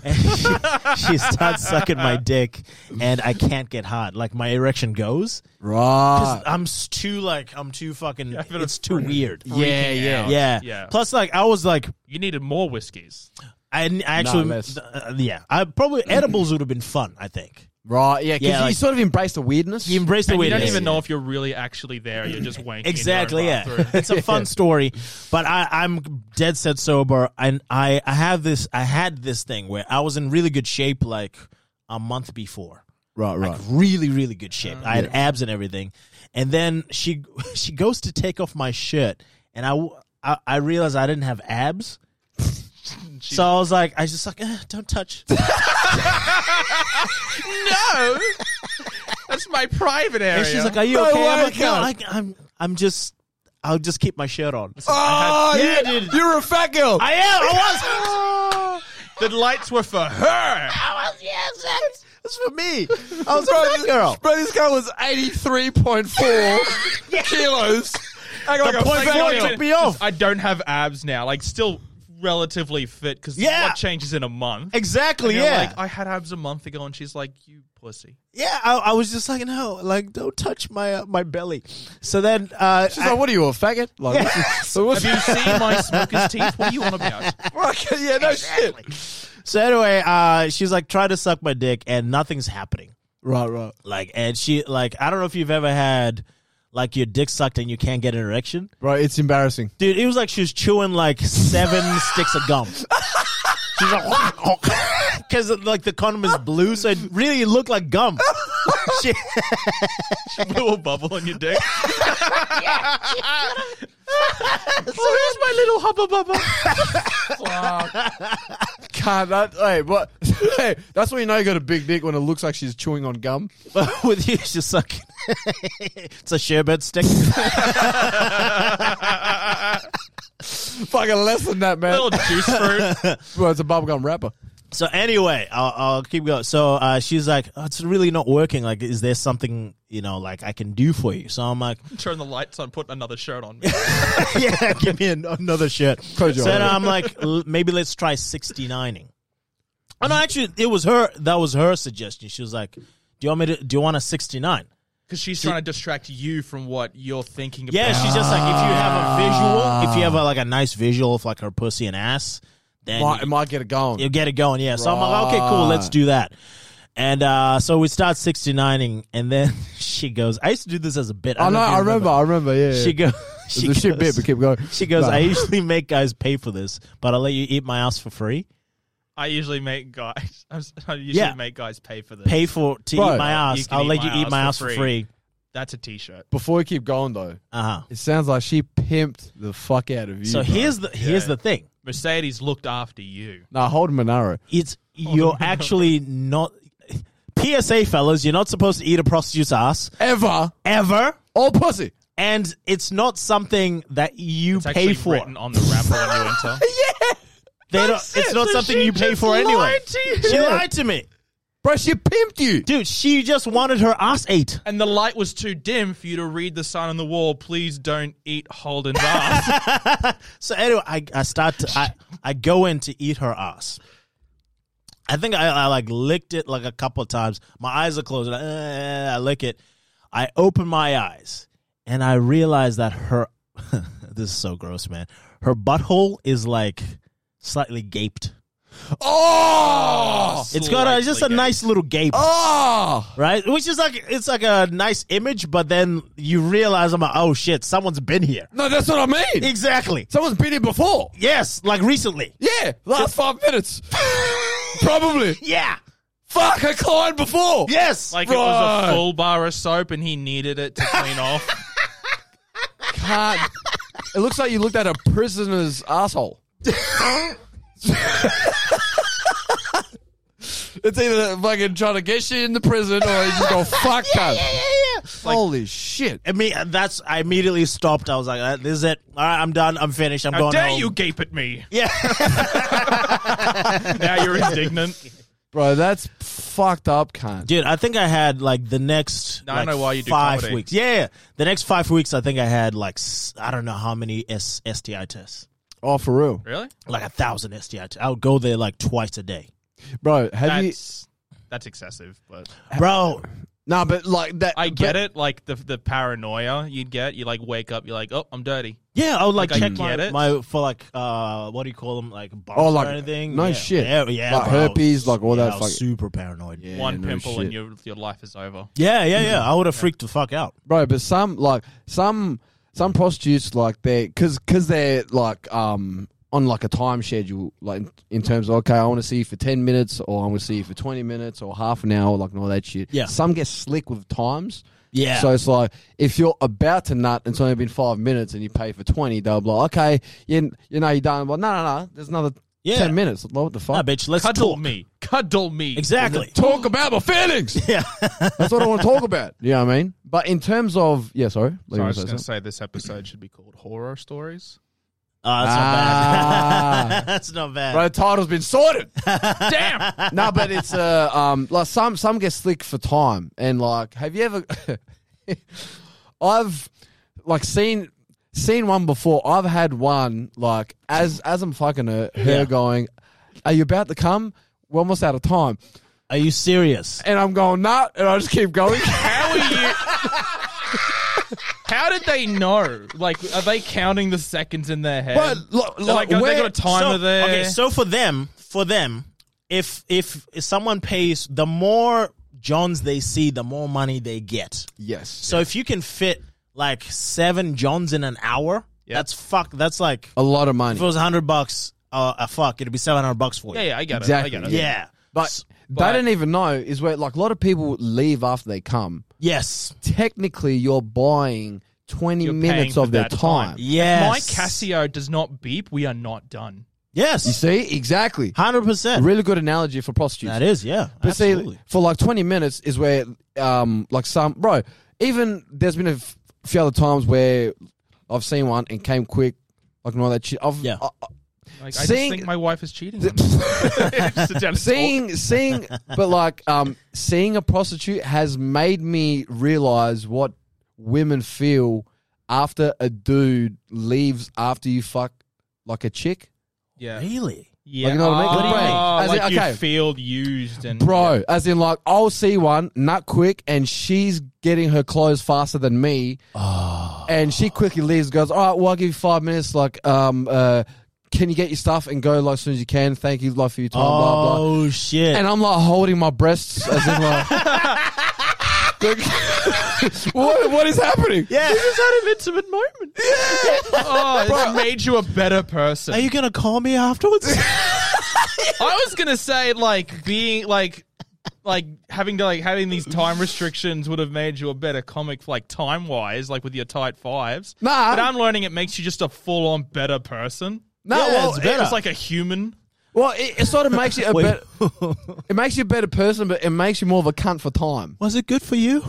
A: <laughs> and she, she starts sucking my dick, and I can't get hard. Like my erection goes.
B: Right.
A: 'Cause uh, I'm s- too like I'm too fucking.
C: Yeah, I feel
A: it's
C: it's
A: too
C: pretty-
A: weird.
B: Yeah,
C: Freaking
B: yeah.
C: out.
A: Yeah.
C: yeah.
A: Plus, like I was like,
C: you needed more whiskeys.
A: I, I actually,
B: less.
A: uh, yeah, I probably edibles would have been fun. I think.
B: Right. Yeah. Because
A: Yeah,
B: you
A: like-
B: sort of embrace the weirdness.
A: You embrace the
C: And you
A: weirdness.
C: don't even know if you're really actually there. You're just wanking.
A: Exactly,
C: In your
A: yeah. <laughs>
C: own bathroom.
A: It's
B: <laughs>
A: a fun story, but I, I'm dead set sober, and I, I have this, I had this thing where I was in really good shape like a month before,
B: right, right.
A: really, really good shape. I had abs and everything, and then she, <laughs> she goes to take off my shirt, and I, w- I, I realized I didn't have abs. So I was like, I just like, eh, don't touch.
C: no, that's my private area.
A: And she's like, "Are you
B: No
A: okay?"
B: way,
A: I'm like, "No,
B: God.
A: I, I'm, I'm just, I'll just keep my shirt on."
B: Oh,
A: I had- yeah,
B: you-
A: dude.
B: You're a fat girl.
A: I am. I was.
C: the lights were for her.
A: It's for me. I was
B: Bro,
A: a fat
B: this-
A: girl.
B: Bro, this guy was
A: <laughs>
B: 83.4 kilos. I got
A: The point four
C: Like,
A: took me off.
C: I don't have abs now. Like still relatively fit because
A: Yeah.
C: what changes in a month?
A: Exactly.
C: And you're
A: Yeah.
C: Like I had abs a month ago, and she's like, "You pussy."
A: yeah. I, I was just like, no, like, don't touch my uh, my belly. So then, uh,
B: She's
A: I-
B: like, what are you, a faggot? Like,
A: <laughs>
B: so what's
C: Have you seen my smoker's teeth? What do you want about?
B: Okay, yeah, no shit.
A: so anyway, uh, she's like, try to suck my dick, and nothing's happening.
B: Right, right.
A: Like, and she like, I don't know if you've ever had like your dick sucked and you can't get an erection,
B: Bro, it's embarrassing.
A: dude. It was like she was chewing like seven sticks of gum. She's like, <laughs> because like the condom is blue, so it really looked like gum. she, <laughs>
C: She blew a bubble on your dick.
B: Where's Oh, my little hubba bubba? <laughs> God, that, hey, what? <laughs> Hey, that's when you know you got a big dick when it looks like she's chewing on gum.
A: But with you, it's just like <laughs> it's a sherbet stick.
B: Fucking less than that, man.
C: Little juice fruit.
B: Well, it's a bubblegum wrapper.
A: so anyway, I'll, I'll keep going. So uh, she's like, oh, "It's really not working. Like, is there something you know, like I can do for you?" So I'm like,
C: Turn the lights on. Put another shirt on.
A: <laughs> "Yeah, give me an- another shirt." So
B: Close your
A: then
B: eyes.
A: I'm like, "L- "Maybe let's try 69ing." Oh no, actually, it was her. That was her suggestion. She was like, "Do you want me to? Do you want a 69?"
C: Because she's trying to distract you from what you're thinking about.
A: Yeah, she's just like, if you have a visual, if you have a, like a nice visual of like her pussy and ass, then
B: Might, it might get it going.
A: You'll get it going, yeah. So I'm like, okay, cool, let's
B: Right.
A: do that. And uh, so we start 69ing, and then <laughs> she goes, I used to do this as a bit.
B: I
A: don't
B: know,
A: if you
B: I remember, I remember, yeah. yeah.
A: She, go, <laughs> she
B: It's a
A: goes,
B: shit bit, but keep going.
A: she goes,
B: Nah.
A: I usually make guys pay for this, but I'll let you eat my ass for free.
C: I usually make guys. <laughs> I'm s- I usually
A: Yeah.
C: make guys pay for this.
A: Pay for to
B: Right.
A: eat my
C: You
A: ass.
C: can
A: I'll
C: eat
A: let
C: my
A: you eat
C: ass
A: my
C: for
A: ass for
C: free.
A: free.
C: That's a t-shirt.
B: Before we keep going, though,
A: Uh huh.
B: it sounds like she pimped the fuck out of you.
A: So
B: bro.
A: here's the here's the thing.
C: Mercedes looked after you.
B: Nah, hold Monaro.
A: It's you're actually not PSA fellas, you're not supposed to eat a prostitute's ass
B: Ever.
A: ever.
B: All pussy.
A: And it's not something that you
C: It's
A: pay
C: actually
A: for.
C: written on the wrapper when you
A: <laughs>
C: enter.
A: They don't,
B: That's
A: it's
B: it.
A: not
B: So
A: something
B: she
A: you pay
B: just
A: for anyway.
B: lied to you.
A: She
B: Yeah.
A: lied to me.
B: Bro, she pimped you.
A: Dude, she just wanted her ass ate.
C: And the light was too dim for you to read the sign on the wall. Please don't eat Holden's ass.
A: So anyway, I, I start to I, I go in to eat her ass. I think I, I like licked it like a couple of times. My eyes are closed. Like, eh, I lick it. I open my eyes and I realize that her <laughs> this is so gross, man. Her butthole is like slightly gaped.
B: Oh!
A: <laughs> It's got a, just a
C: Slightly
A: nice little gape.
B: Oh!
A: right? Which is like it's like a nice image, but then you realize I'm like, oh shit, someone's been here.
B: No, that's what I mean.
A: Exactly.
B: Someone's been here before.
A: Yes, like recently. <laughs>
B: Yeah, last five minutes. Probably.
A: Yeah.
B: Fuck, I climbed before.
A: Yes.
C: Like it was
B: Right.
C: a full bar of soap and he needed it to clean
A: <laughs>
C: off.
B: Can't. It looks like you looked at a prisoner's asshole. it's either fucking trying to get you in the prison or you <laughs> just go fuck that. Holy shit!
A: I mean, that's I immediately stopped. I was like, "Uh, "This is it. All right, I'm done. I'm finished. I'm
C: How
A: going
C: dare
A: home."
C: you gape at me?
A: Yeah,
C: <laughs> Now
A: <laughs>
C: you're indignant.
B: Bro, that's fucked up, cunt.
A: dude. I think I had like the next.
C: Now I
A: like,
C: know why you do
A: five
C: comedy.
A: weeks. Yeah, yeah. the next five weeks, I think I had like s- I don't know how many S- STI tests.
B: Oh, for real,
C: Really?
A: Like a thousand STI. tests. I would go there like twice a day,
B: bro. Have you?
C: That's that's excessive, but
A: bro.
B: Nah, but like that.
C: I get
B: but-
C: it. Like the the paranoia you'd get. You like wake up, you're like, oh, I'm dirty.
A: Yeah, I would like,
C: Like, I
A: check
C: get
A: my,
C: it.
A: my for like uh what do you call them like bumps
B: Oh, like-
A: or anything?
B: no
A: yeah.
B: shit.
A: yeah, yeah,
B: Like
A: bro.
B: herpes, like all
A: Yeah,
B: that
A: I was
B: fucking-
A: super paranoid. Yeah,
B: Yeah,
C: One
B: no
C: pimple
B: shit.
C: and your your life is over.
A: yeah, yeah.
C: Mm-hmm.
A: I would have freaked the fuck out.
B: bro. But some like some some prostitutes like they because because they're like um on like a time schedule like in, in terms of okay I want to see you for ten minutes or I want to see you for twenty minutes or half an hour like and all that shit.
A: Yeah.
B: Some get slick with times.
A: Yeah.
B: So it's like if you're about to nut and it's only been five minutes and you pay for twenty, they'll be like, okay, you, you know you're done. Well, no, no, no. There's another
A: Yeah.
B: ten minutes. Like, what the fuck?
A: Nah, bitch, let's
C: Cuddle
A: talk.
C: me, cuddle me.
A: Exactly.
B: talk about my feelings.
A: <laughs> Yeah.
B: That's what I want to talk about. You know what I mean? But in terms of yeah, sorry. Lee,
C: So
B: you
C: I
B: wanna
C: was just
B: say
C: gonna
B: something?
C: say this episode should be called horror stories.
A: Uh, that's not
B: Ah.
A: bad. that's not bad.
B: Bro, the title's been sorted.
C: Damn.
B: no, but it's uh, um, like some some get slick for time, and like, have you ever? <laughs> I've like seen seen one before. I've had one like as as I'm fucking her, her
A: Yeah.
B: going, "Are you about to come?" We're almost out of time,
A: Are you serious?
B: and I'm going, "Nah," and I just keep going. <laughs>
C: How are <laughs> you? How did they know? Like, are they counting the seconds in their head?
B: But look,
C: They're
B: like,
C: like,
B: where-
C: they got a timer
A: so,
C: there.
A: Okay, so for them, for them, if if someone pays, the more Johns they see, the more money they get.
B: yes,
A: So if you can fit like seven Johns in an hour,
C: Yeah.
A: that's fuck. That's like
B: a lot of money.
A: if it was hundred bucks, uh, a fuck, it'd be seven hundred bucks for you.
C: yeah, yeah, I get
B: Exactly.
C: it. I get it.
A: yeah.
B: But
A: S-
B: they
C: but-
B: don't even know is where like a lot of people leave after they come.
A: yes,
B: Technically, you're buying 20
C: You're paying
B: minutes
C: for
B: of their
C: that
B: time.
C: time.
A: yes,
C: My Casio does not beep. We are not done.
B: You
A: Yes,
B: see, exactly.
A: hundred percent.
B: Really good analogy for prostitutes.
A: That is, yeah,
B: But
A: absolutely.
B: see, for like 20 minutes is where, um, like some, bro, even there's been a f- few other times where I've seen one and came quick, like and all that shit. I've,
A: Yeah.
B: I- I- <laughs>
C: Like, I
B: Seeing-
C: just think my wife is cheating. on me. <laughs> Just sit down and talk.
B: seeing, seeing, but like, um, seeing a prostitute has made me realize what women feel after a dude leaves after you fuck like a chick.
C: yeah,
A: really,
C: yeah.
B: Like, you know what I mean? What do you mean?
C: Ah,
B: As in,
C: like you
B: okay.
C: feel used and
B: Bro, as in like I'll see one nut quick, and she's getting her clothes faster than me, and she quickly leaves. Goes, all right, well I'll give you five minutes. Like, um, uh, can you get your stuff and go like as soon as you can? Thank you, like for your time. Blah blah.
A: oh shit.
B: <laughs> And I'm like holding my breasts as in like. <laughs> what, what is happening?
A: yeah,
B: <laughs>
C: It's an intimate moment. <laughs> oh, it's made you a better person.
A: Are you gonna call me afterwards? <laughs>
C: I was gonna say like being like like having to like having these time restrictions would have made you a better comic like time wise like with your tight fives.
B: Nah.
C: but I'm learning it makes you just a full on better person.
B: No,
A: Yeah,
B: well,
A: it's
B: it-
A: better.
C: It's like a human.
B: well, it, it sort of makes you a
A: Wait.
B: better. It makes you a better person, but it makes you more of a cunt for time.
A: <laughs> Was it good for you?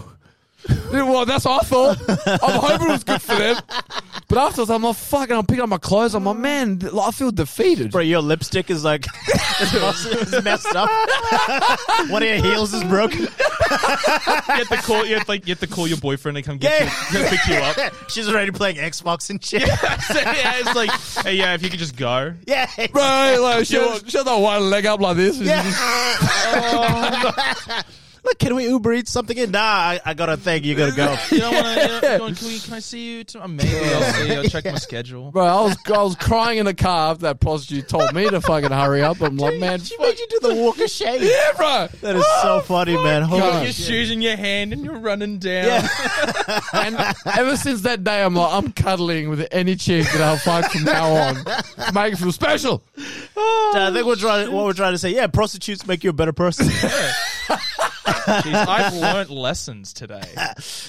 B: Yeah, Well, that's what I thought. I'm hoping it was good for them. But afterwards, I'm like, fucking, I'm picking up my clothes. I'm like, man, th- like, I feel defeated.
A: Bro, your lipstick is like <laughs> it's messed <laughs> up. One of your heels is broken. <laughs>
C: You have to call you have, like you have to call your boyfriend and come get
A: Yeah.
C: you, pick
A: <laughs>
C: you up. <laughs>
A: She's already playing Xbox and <laughs> shit.
C: So, yeah, it's like hey, yeah, if you could just go.
A: Yeah.
B: Bro, like, she'll, she'll throw one leg up like this.
A: <laughs> Look, can we Uber eat something in? Nah, I, I got a thing. You gotta go. <laughs>
C: You don't want to? Can, we- can I see you? Tomorrow? Maybe I'll see. you. I'll check my schedule.
B: Bro, I was, I was crying in the car after that prostitute told me to fucking hurry up. I'm like, man,
A: she
B: fuck.
A: made you do the walk of shame.
B: yeah, bro.
A: That is so funny, man. Holy
B: God.
C: Your
A: shit.
C: shoes in your hand and you're running down.
A: Yeah. <laughs>
B: And ever since that day, I'm like, I'm cuddling with any chick that I'll fuck from now on. Make it feel special.
A: I think we're trying. What we're trying to say, yeah, prostitutes make you a better person.
B: <laughs>
C: Jeez, I've learnt lessons today.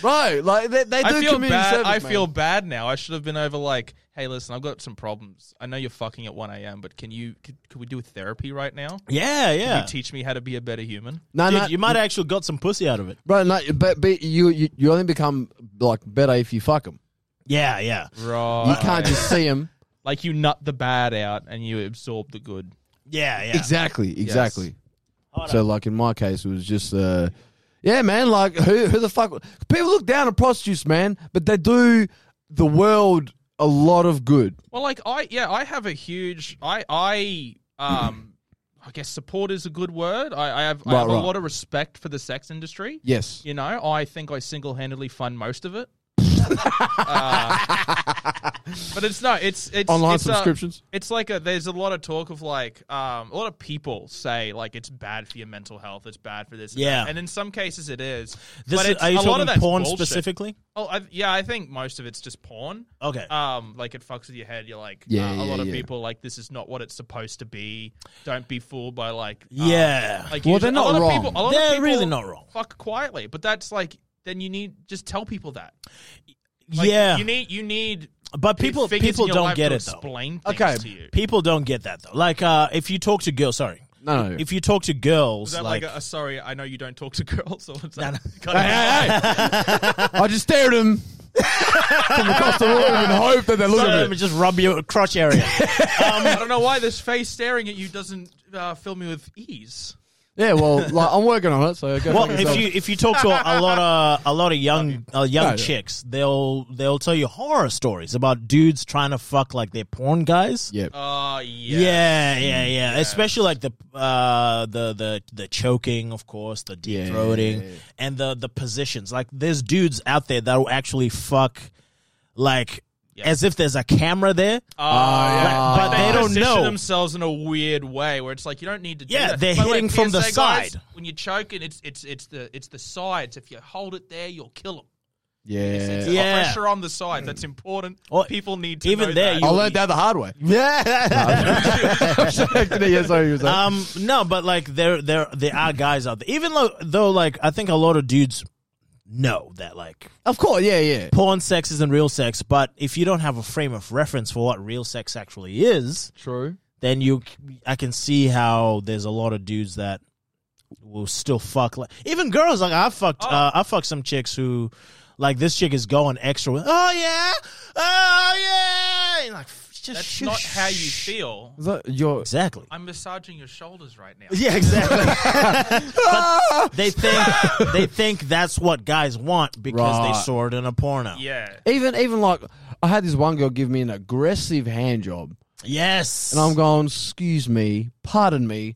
B: Bro, like they, they do
C: I feel
B: community
C: bad.
B: service.
C: I
B: man.
C: feel bad now. I should have been over like, hey, listen, I've got some problems. I know you're fucking at 1 a.m., but can you could, could we do a therapy right now?
A: <laughs> yeah,
C: Can
A: yeah.
C: you teach me how to be a better human?
B: No, no,
A: Dude, you might have actually got some pussy out of it.
B: bro. No, but, but you, you you only become like better if you fuck them.
A: Yeah, yeah.
C: Right.
B: You can't just see them.
C: <laughs> like you nut the bad out and you absorb the good.
A: Yeah, yeah.
B: Exactly, exactly. So, like in my case, it was just, uh, yeah, man. Like who who the fuck? People look down on prostitutes, man, but they do the world a lot of good.
C: Well, like I yeah, I have a huge I I um I guess support is a good word. I, I have I
B: Right,
C: have a
B: right.
C: lot of respect for the sex industry.
B: Yes,
C: You know, I think I single handedly fund most of it.
B: <laughs>
C: uh, but it's no, it's it's
B: online
C: it's uh, a-
B: subscriptions.
C: it's like a there's a lot of talk of like um, a lot of people say like it's bad for your mental health, it's bad for this, and
A: Yeah.
C: that. and in some cases it is.
A: This
C: but
A: is,
C: it's,
A: are you
C: a lot
A: talking
C: of that's
A: porn
C: bullshit.
A: specifically?
C: Oh, I, yeah, I think most of it's just porn.
A: Okay.
C: Um, like it fucks with your head. You're like,
B: Yeah,
C: uh, a
B: yeah,
C: lot of
B: yeah.
C: people like this is not what it's supposed to be. Don't be fooled by like, uh,
A: yeah.
C: like
B: Well,
C: usually-
B: they're not
C: a lot
B: wrong.
C: Of people, a lot
A: They're
C: of people
A: really not wrong.
C: Fuck quietly, but that's like then you need just tell people that. Like,
A: yeah.
C: you need you need
A: but people
C: figures in
A: people
C: your
A: don't
C: life
A: get
C: to
A: it though.
C: Explain things
B: Okay.
C: to you.
A: People don't get that though. Like uh if you talk to girls, sorry.
B: No, no.
A: If you talk to girls
C: Is that
A: like,
C: like, a, a sorry? I know you don't talk to <laughs> girls. Or what's that?
B: hey, hey, hey. I just stare at them from across the room and hope that they look
A: Some of
B: at
A: them
B: me.
A: just rub your crotch area.
C: Um,
A: <laughs>
C: I don't know why this face staring at you doesn't uh, fill me with ease.
B: Yeah, well, like, I'm working on it. So go
A: well,
B: fuck
A: if
B: yourself.
A: you if you talk to a lot of a lot of young uh, young
B: No, no.
A: chicks, they'll they'll tell you horror stories about dudes trying to fuck like their porn guys.
B: yeah,
C: Oh, yeah.
A: Yeah, yeah,
B: Mm.
A: yeah. Especially like the uh the the the choking, of course, the deep
B: Yeah.
A: throating, and the the positions. Like there's dudes out there that will actually fuck, like
C: Yeah.
A: as if there's a camera there.
C: Oh, yeah.
A: Uh, But- but they don't
C: position
A: know.
C: themselves in a weird way where it's like you don't need to. do
A: Yeah,
C: that.
A: they're
C: By the way,
A: hitting from the
C: PSA, guys,
A: side.
C: when you're choking, it's it's it's the it's the sides. If you hold it there, you'll kill them. It's
B: yeah.
C: the
A: Yeah.
C: pressure on the sides. That's important.
A: Or-
C: People need to
A: even
C: know
A: there,
C: that.
A: you-
B: I learned that the hard way.
A: <laughs> Yeah.
B: yeah, sorry, you were saying.
A: um. No, but like there there there are guys out there. Even though though like I think a lot of dudes know that like
B: of course, yeah, yeah.
A: porn sex isn't real sex, but if you don't have a frame of reference for what real sex actually is,
B: True.
A: then you I can see how there's a lot of dudes that will still fuck like even girls like I
C: Oh.
A: fucked uh, I fucked some chicks who like this chick is going extra with oh yeah oh yeah and like f- just
C: that's
A: shoo-
C: not how you feel.
B: Is that your
A: exactly
C: I'm massaging your shoulders right now.
A: <laughs> yeah exactly <laughs> but they think they think that's what guys want because they
B: Right.
A: saw it in a porno
C: Yeah. <laughs>
B: even even like I had this one girl give me an aggressive hand job,
A: yes
B: and I'm going, "Excuse me,
A: <laughs>
B: pardon me,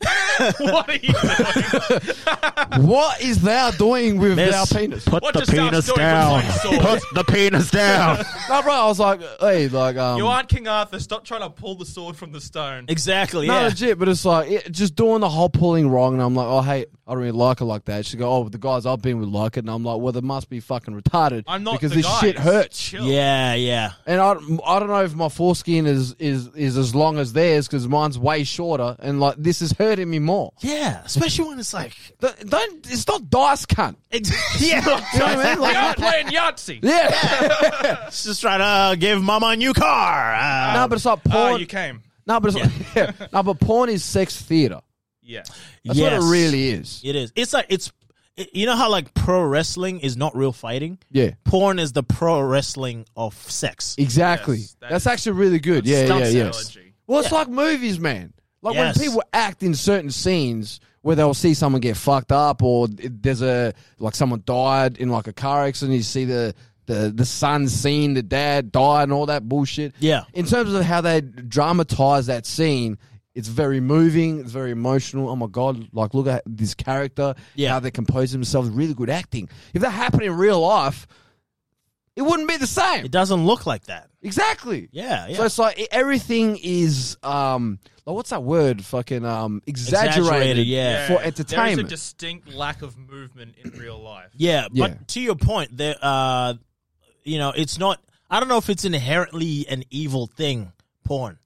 C: what are you doing?
B: what is thou doing with
A: Miss,
B: thou penis?"
A: put
C: What
A: the
C: does our
A: penis
C: story
A: down
C: look like, sword?
A: put the penis down
B: no, bro, I was like, "Hey, like, um,
C: You aren't King Arthur. Stop trying to pull the sword from the stone.
A: <laughs> exactly
B: no,
A: yeah
B: legit." But it's like it, just doing the whole pulling wrong, and I'm like, "Oh, hey, I don't really like it like that." She go, "Oh, the guys I've been with like it," and I'm like, "Well, they must be fucking retarded
C: I'm not
B: because
C: the
B: this
C: guy.
B: shit hurts."
C: Chill.
A: yeah yeah
B: And I, I don't know if my foreskin is, is, is as long as theirs because mine's way shorter and like this is hurting me more.
A: Yeah, especially when it's
B: <laughs>
A: like,
B: Th- Don't, it's not dice cunt.
A: <laughs> yeah,
B: You know what I mean?
C: We
B: Like,
C: are
A: <laughs>
C: playing Yahtzee.
B: <laughs> yeah.
A: it's <laughs> just trying to give mama a new car. Uh,
B: no, but it's like
C: Oh,
B: porn.
C: you came.
B: no, but it's like, <laughs> yeah. no, but porn is sex theater.
C: Yeah.
B: That's what it really is.
A: It is. It's like it's. it- You know how like pro wrestling is not real fighting.
B: Yeah.
A: Porn is the pro wrestling of sex.
B: Exactly.
C: Yes, that
B: That's
C: is-
B: actually really good. Yeah, yeah,
C: Stunt
B: yeah.
C: analogy.
B: Well, it's like movies, man. Like
A: Yes.
B: when people act in certain scenes where they'll see someone get fucked up, or it- there's a like someone died in like a car accident. You see the the the son scene, the dad died, and all that bullshit.
A: Yeah.
B: In terms of how they dramatize that scene, it's very moving. It's very emotional. Oh my god! Like look at this character.
A: Yeah.
B: How they compose themselves. Really good acting. If that happened in real life, it wouldn't be the same.
A: It doesn't look like that.
B: Exactly.
A: Yeah, yeah.
B: So it's like e- everything is um like what's that word? Fucking um exaggerated,
A: Exaggerated, yeah.
B: for
C: There is a
B: entertainment.
C: distinct lack of movement in real life.
A: yeah, but
B: Yeah.
A: to your point, there. Uh, you know, it's not. I don't know if it's inherently an evil thing. Porn.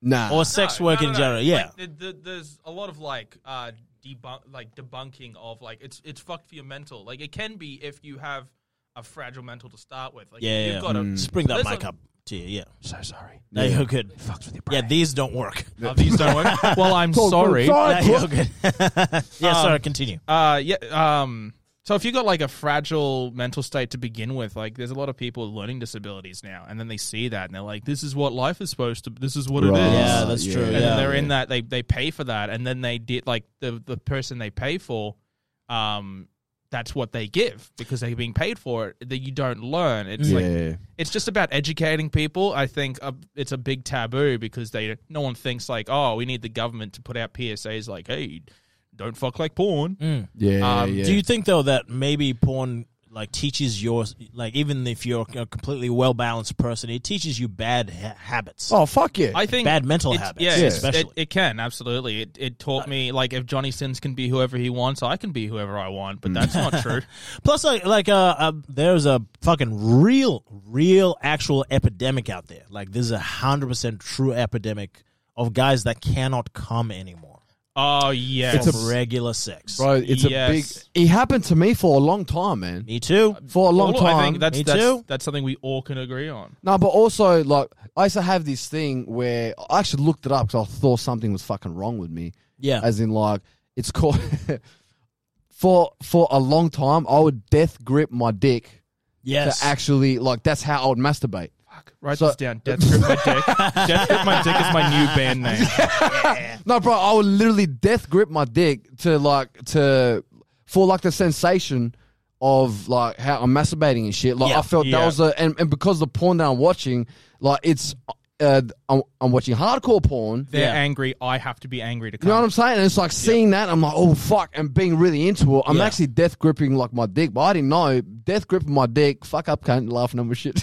B: Nah.
A: or sex work in general. Yeah,
C: Like, th- th- there's a lot of like uh, debunk, like debunking of like it's it's fucked for your mental. Like it can be if you have a fragile mental to start with. Like
A: yeah,
C: you've
A: yeah.
C: got to
A: Just bring that
C: There's
A: mic
C: a-
A: up to you. Yeah,
C: Mm. So sorry.
A: no, you're good.
C: Fucks with your
A: Yeah, these don't work. <laughs>
C: Oh, these don't work. well, I'm Oh, sorry.
B: Oh,
A: No, you're <laughs> good. yeah,
C: Um,
A: sorry. Continue.
C: Uh, yeah. Um. So if you got like a fragile mental state to begin with, like there's a lot of people with learning disabilities now, and then they see that and they're like, "This is what life is supposed to. This is what it
B: Right.
C: is."
A: Yeah, that's
B: yeah.
A: true.
C: and
A: yeah.
C: then they're in that they they pay for that and then they did like the the person they pay for um that's what they give because they're being paid for it that you don't learn it's like
B: Yeah.
C: it's just about educating people i think uh, it's a big taboo because they no one thinks like oh we need the government to put out psas like hey don't fuck like porn
A: Mm.
B: Yeah.
C: Um,
B: yeah.
A: Do you think though that maybe porn like teaches your like even if you're a completely well balanced person, it teaches you bad ha- habits.
B: oh, fuck yeah.
C: i think
A: Bad mental
C: it's-
A: habits,
C: yeah,
A: yeah.
C: it's- It,
A: especially.
C: it can absolutely it, it taught me like if johnny sins can be whoever he wants i can be whoever i want but that's
A: <laughs>
C: not true
A: Plus, like, like uh, uh, there's a fucking real, real, actual epidemic out there. Like, there's a hundred percent true epidemic of guys that cannot come anymore
C: oh yeah
A: from regular sex.
B: Bro, it's
C: Yes.
B: a big. It happened to me for a long time, man.
A: Me too.
B: For a long
C: Well,
B: time.
C: I think that's,
A: Me
C: that's,
A: too.
C: that's something we all can agree on.
B: No, but also like I used to have this thing where I actually looked it up because I thought something was fucking wrong with me.
A: Yeah.
B: As in, like it's called <laughs> for for a long time. I would death grip my dick
A: yes.
B: to actually like that's how I would masturbate.
C: Fuck, write
B: So-
C: this down. Death Grip My Dick. Death Grip My Dick is my new band name.
B: No, bro, I would literally death grip my dick to like to for like the sensation of like how I'm masturbating and shit. Like
A: Yeah,
B: I felt
C: yeah.
B: that was a and, and because the porn that I'm watching, like it's uh, I'm, I'm watching hardcore porn.
C: They're
A: Yeah.
C: angry. I have to be angry to
B: You
C: come.
B: know what I'm saying? And it's like seeing that, I'm like, oh fuck, and being really into it. I'm
A: Yeah.
B: actually death gripping like my dick, but I didn't know death gripping my dick. Fuck up, cunt, laughing at
A: <laughs>
B: my shit.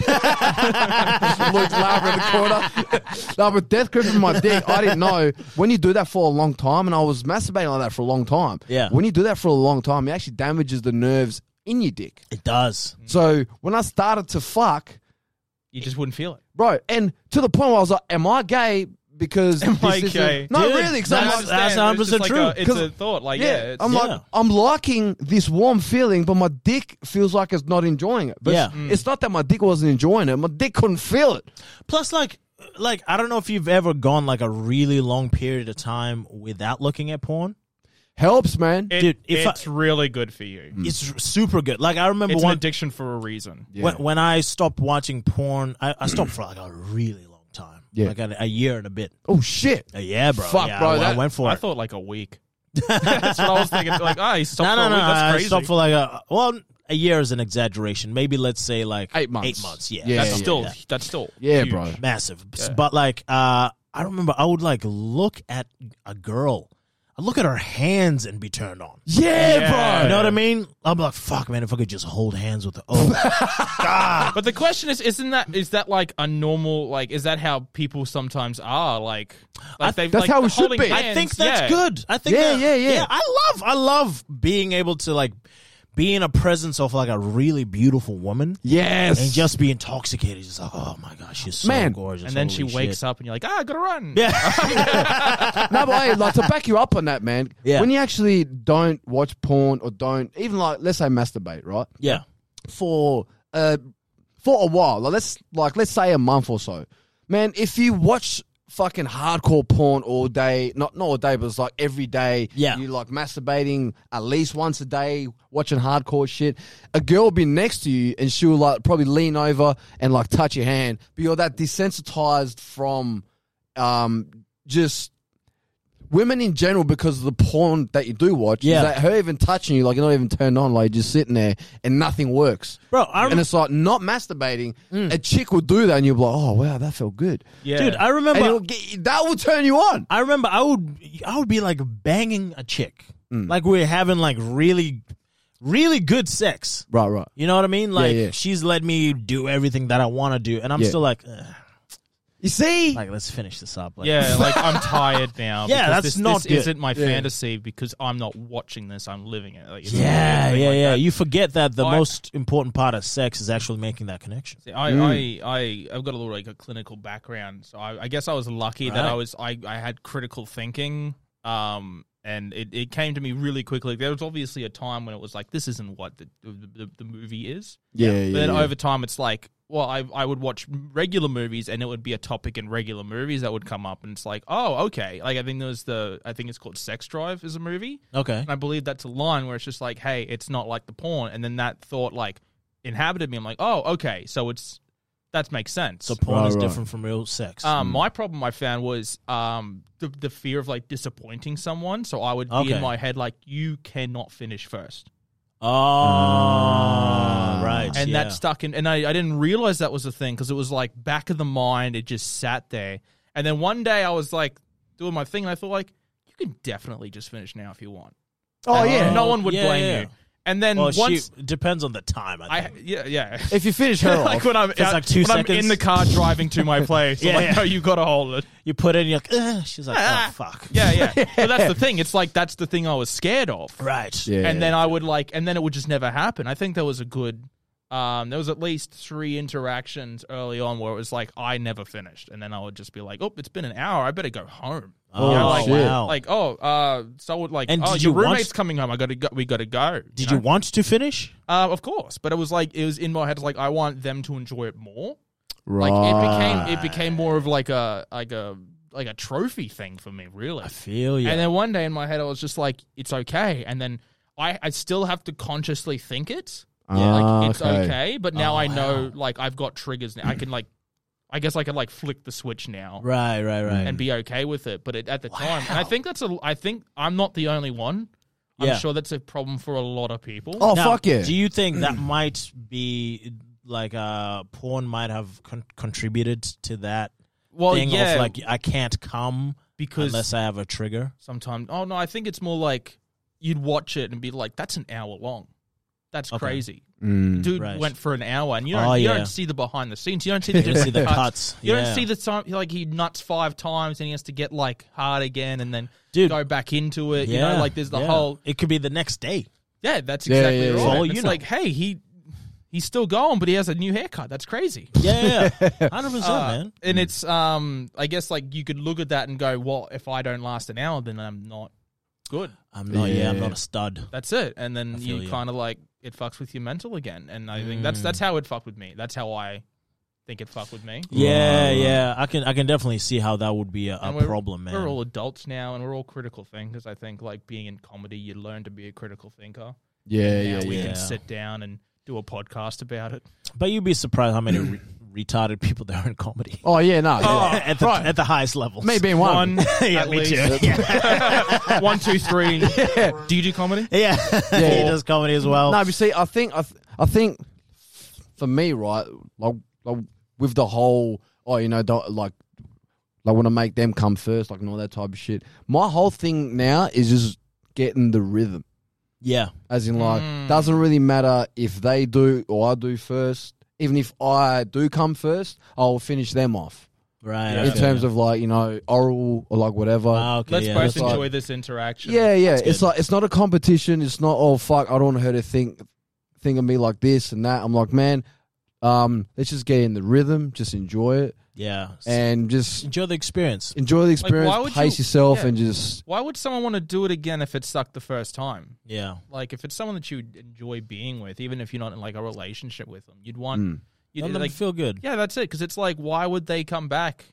B: Luke's laughing in the corner. no, but death gripping my dick, I didn't know when you do that for a long time, and I was masturbating like that for a long time.
A: Yeah.
B: when you do that for a long time, it actually damages the nerves in your dick.
A: it does.
B: So when I started to fuck,
C: you just wouldn't feel it.
B: bro, and to the point where I was like, am I gay? Because
C: Am I
B: this isn't-
C: gay?
B: No,
A: Dude,
B: really, because
A: I
B: I'm
A: that's-
B: like,
C: understand, but it's
A: 100%
C: just like a-
A: true.
C: it's a
B: 'Cause-
C: thought. Like, yeah.
B: yeah,
C: it's,
B: I'm
A: Yeah.
B: like I'm liking this warm feeling, but my dick feels like it's not enjoying it. But
A: Yeah.
B: it's, it's not that my dick wasn't enjoying it; my dick couldn't feel it.
A: Plus, like, like I don't know if you've ever gone like a really long period of time without looking at porn.
B: Helps, man.
C: it-
A: dude, if I-
C: it's really good for you.
A: It's super good. Like I remember
C: Hmm. It's an
A: one
C: addiction for a reason.
B: Yeah.
A: when, when I stopped watching porn, I, I stopped for like a really long time.
B: Yeah.
A: Like a, a year and a bit.
B: oh shit!
A: Uh, yeah, bro.
B: Fuck,
A: yeah,
B: bro,
A: I, I
B: that-
A: went for
C: I
A: it.
C: thought like a week. That's what I was thinking. Like, ah, he stopped
A: no,
C: for
A: no,
C: a
A: no.
C: week. That's
A: I
C: crazy.
A: stopped for like a well, a year is an exaggeration. Maybe let's say like
B: Eight months.
A: Eight months. Yeah,
B: Yeah,
C: that's
B: yeah,
C: still, that's still.
B: Yeah,
C: huge.
B: bro.
A: massive. S- But like, uh, I remember I would like look at a girl, I look at her hands and be turned on.
B: Yeah,
C: Yeah.
A: You
B: bro.
A: know what I mean? I'm like, fuck, man. If I could just hold hands with her, oh,
C: But the question is, isn't that is that like a normal like is that how people sometimes are like? like they-
B: that's how
C: the
B: it should
C: holding
B: be. I
A: I think
C: hands,
A: that's
C: yeah.
A: good. I think
B: Yeah,
A: that-
B: yeah, yeah.
A: I love, I love being able to like be in a presence of like a really beautiful woman.
B: Yes,
A: And just be intoxicated, just like, oh my gosh, she's so
B: Man.
A: gorgeous.
C: And then she
A: Holy
C: wakes
A: shit.
C: up and you're like, ah, I gotta run.
A: Yeah,
B: <laughs>
A: <laughs>
B: no, but hey, like to back you up on that, man.
A: Yeah.
B: When you actually don't watch porn or don't even like, let's say masturbate, right?
A: yeah,
B: for uh for a while. Like let's like let's say a month or so. Man, if you watch fucking hardcore porn all day, not not all day, but it's like every day.
A: Yeah.
B: You like masturbating at least once a day, watching hardcore shit. A girl will be next to you and she'll like probably lean over and like touch your hand. But you're that desensitized from um just women in general because of the porn that you do watch.
A: Yeah.
B: Is that her even touching you, like you're not even turned on, like you're just sitting there and nothing works.
A: bro. I Mm.
B: And
A: remember,
B: it's like not masturbating. A chick will do that, and you'll be like, "Oh wow, that felt good."
C: yeah.
A: dude. I remember.
B: And it'll get, that will turn you on.
A: I remember I would I would be like banging a chick.
B: Mm.
A: Like we're having like really really good sex.
B: Right, right.
A: You know what I mean? Like
B: yeah.
A: she's let me do everything that I want to do and I'm
B: Yeah.
A: still like "Ugh,
B: You see?
A: Like, let's finish this up. Like,
C: Yeah, like I'm tired now.
A: <laughs> Yeah,
C: because
A: that's
C: this,
A: not
C: this
A: good.
C: isn't my
B: Yeah.
C: fantasy because I'm not watching this. I'm living it. Like,
A: <laughs>
C: it's
A: Yeah,
C: everything
A: yeah,
C: like
A: yeah.
C: that.
A: You forget that the
C: I-
A: most important part of sex is actually making that connection.
C: See, I,
B: Mm.
C: I, I, I've got a little like a clinical background, so I, I guess I was lucky that
A: Right.
C: I was I, I had critical thinking, um, and it, it came to me really quickly. There was obviously a time when it was like this isn't what the the, the, the movie is,
B: Yeah,
C: But
B: yeah,
C: then
B: yeah.
C: over time, it's like, well, I I would watch regular movies, and it would be a topic in regular movies that would come up, and it's like, oh, okay. Like I think there was the I think it's called Sex Drive is a movie,
A: Okay.
C: and I believe that's a line where it's just like, hey, it's not like the porn. And then that thought like inhabited me. I'm like, oh, okay. So it's that makes sense.
A: So Mm-hmm. porn
B: Right, Mm.
A: is
B: right.
A: different from real sex.
C: um, my problem I found was um, the, the fear of like disappointing someone. So I would be
A: Okay.
C: in my head like, you cannot finish first.
A: oh,
B: Ah.
A: right.
C: And
A: yeah.
C: that stuck in. And I, I didn't realize that was a thing because it was like back of the mind. It just sat there. And then one day I was like doing my thing and I thought like, you can definitely just finish now if you want.
B: oh,
C: And
B: yeah.
C: No one would
A: Yeah,
C: blame
A: yeah.
C: you. And then
A: Well,
C: once
A: she, depends on the time. I
C: I <laughs>
A: think.
C: yeah yeah.
B: If you finish her
C: <laughs> like
B: off,
C: when I'm out-
A: like two
C: when I'm
A: seconds.
C: in the car driving to
A: <laughs>
C: my place.
A: Yeah,
C: I'm like,
A: yeah.
C: no, you got to hold it.
A: you put in, you're like, Ugh. she's like, oh fuck.
C: Ah.
A: <laughs>
C: Yeah, yeah. but that's the thing. It's like that's the thing I was scared of.
A: Right.
B: Yeah.
C: And then I would like, and then it would just never happen. I think there was a good, um, there was at least three interactions early on where it was like I never finished, and then I would just be like, oh, it's been an hour. I better go home.
A: Oh,
C: You know, like,
B: shit.
A: wow.
C: Like oh, uh, so would like
A: And
C: oh,
A: did
C: your
A: you want-
C: roommate's coming home. I gotta go. We gotta go.
A: Did you
C: know?
A: want to finish?
C: Uh, of course, but it was like it was in my head. Like I want them to enjoy it more.
B: right.
C: like it became it became more of like a like a like a trophy thing for me really
A: I feel you.
C: and then one day in my head i was just like it's okay and then i i still have to consciously think it
A: Ah,
C: like it's okay, but now
A: Oh,
C: i know like i've got triggers now i can like i guess i can like flick the switch now
A: right, right, right.
C: and be okay with it but it, at the time and i think that's a i think i'm not the only one
A: Yeah.
C: i'm sure that's a problem for a lot of people
B: Oh,
A: Now,
B: fuck yeah.
A: Do you think that might be like uh, porn might have con- contributed to that
C: well
A: thing
C: yeah
A: of like I can't come
C: because
A: unless I have a trigger?
C: sometimes. Oh no, I think it's more like you'd watch it and be like, "That's an hour long. That's
A: Okay.
C: crazy."
B: Mm.
C: Dude
A: Right.
C: went for an hour, and you don't
A: Oh,
C: you
A: yeah.
C: don't see the behind the scenes. You don't see the,
A: <laughs> You see the
C: cuts.
A: cuts.
C: You
A: yeah.
C: don't see the time like he nuts five times and he has to get like hard again and then
A: Dude.
C: go back into it.
A: yeah.
C: You know, like there's the
A: yeah.
C: whole
A: It could be the next
B: <laughs>
A: day.
C: yeah. That's
B: Yeah,
C: exactly
B: yeah,
C: right.
B: yeah.
A: Well,
C: And
A: you
C: it's
A: know.
C: like, hey, he he's still going, but he has a new haircut. That's crazy.
A: Yeah, yeah, hundred percent,
C: Uh,
A: man.
C: And it's um, I guess like you could look at that and go, well, if I don't last an hour, then I'm not good.
A: I'm not. Yeah, I'm
B: Yeah.
A: not a stud.
C: that's it and then
A: feel
C: you
A: you.
C: kind of like it fucks with your mental again and i think that's that's how it fucked with me that's how i think it fucked with me
A: Mm. Yeah,
B: Right, right.
A: yeah. I can. I can definitely see how that would be a,
C: And
A: a problem, man.
C: we're all adults now and we're all critical thinkers i think like being in comedy you learn to be a critical thinker
B: Yeah,
C: now
B: yeah,
C: we
B: yeah.
A: Yeah.
C: can sit down and do a podcast about it
A: but you'd be surprised how many re- retarded people there are in comedy
B: Oh, yeah, no. yeah.
A: <laughs> at, the, at the highest levels.
B: Me being one.
C: one
A: yeah, <laughs>
C: at
A: me
C: least.
A: too. Yeah,
C: <laughs> one
A: <laughs>
C: two three do you do comedy
A: yeah. he
B: Yeah.
A: does comedy as well.
B: No, but see, I think I, th- I think for me, right, like, like with the whole, oh, you know, don't, like, I want to make them come first, like, and all that type of shit. My whole thing now is just getting the rhythm,
A: yeah,
B: as in, like, doesn't really matter if they do or I do first. Even if I do come first, I'll finish them off
A: right.
C: Yeah.
A: okay.
B: in terms of like you know oral or like whatever.
A: Ah, okay,
C: let's
A: yeah,
C: both
A: that's
B: like-
C: enjoy this interaction
B: Yeah, yeah. It's
A: good.
B: like it's not a competition. It's not oh fuck, I don't want her to think think of me like this and that. I'm like, man, um, let's just get in the rhythm, just enjoy it,
A: yeah.
B: and just
A: Enjoy the experience.
B: enjoy the experience.
C: why would
B: pace
C: you-
B: yourself
C: yeah.
B: and just
C: why would someone want to do it again if it sucked the first time
A: Yeah.
C: like if it's someone that you enjoy being with, even if you're not in like a relationship with them, you'd want
A: Let
C: you'd
A: them
C: like
A: feel good.
C: yeah, that's it. Because it's like, why would they come back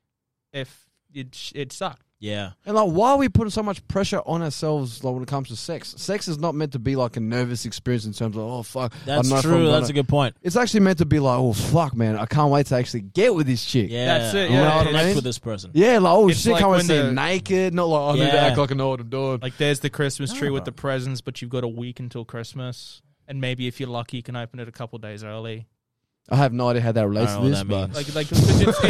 C: if it sh- it sucked?
A: Yeah.
B: and like why are we putting so much pressure on ourselves like when it comes to sex? Sex is not meant to be like a nervous experience in terms of oh fuck. I
A: That's
B: don't know if I'm
A: true. That's
B: gonna-"
A: a good point.
B: It's actually meant to be like oh fuck, man, I can't wait to actually get with this chick.
A: Yeah.
C: That's it,
A: I
C: yeah,
A: wanna
C: yeah,
A: connect
B: yeah.
A: with this person.
B: Yeah, like oh
C: It's
B: shit,
C: like
B: can't wait to
C: when
B: see her
C: the-
B: naked. Not like oh, I need to
A: Yeah.
B: act like I know what I'm doing.
C: Like, there's the Christmas tree with the presents, but you've got a week until Christmas, and maybe if you're lucky, you can open it a couple days early.
B: I have no idea how that relates
A: I
B: to
A: don't know what that
B: this, but
A: means.
C: Like, like 'cause it's, it's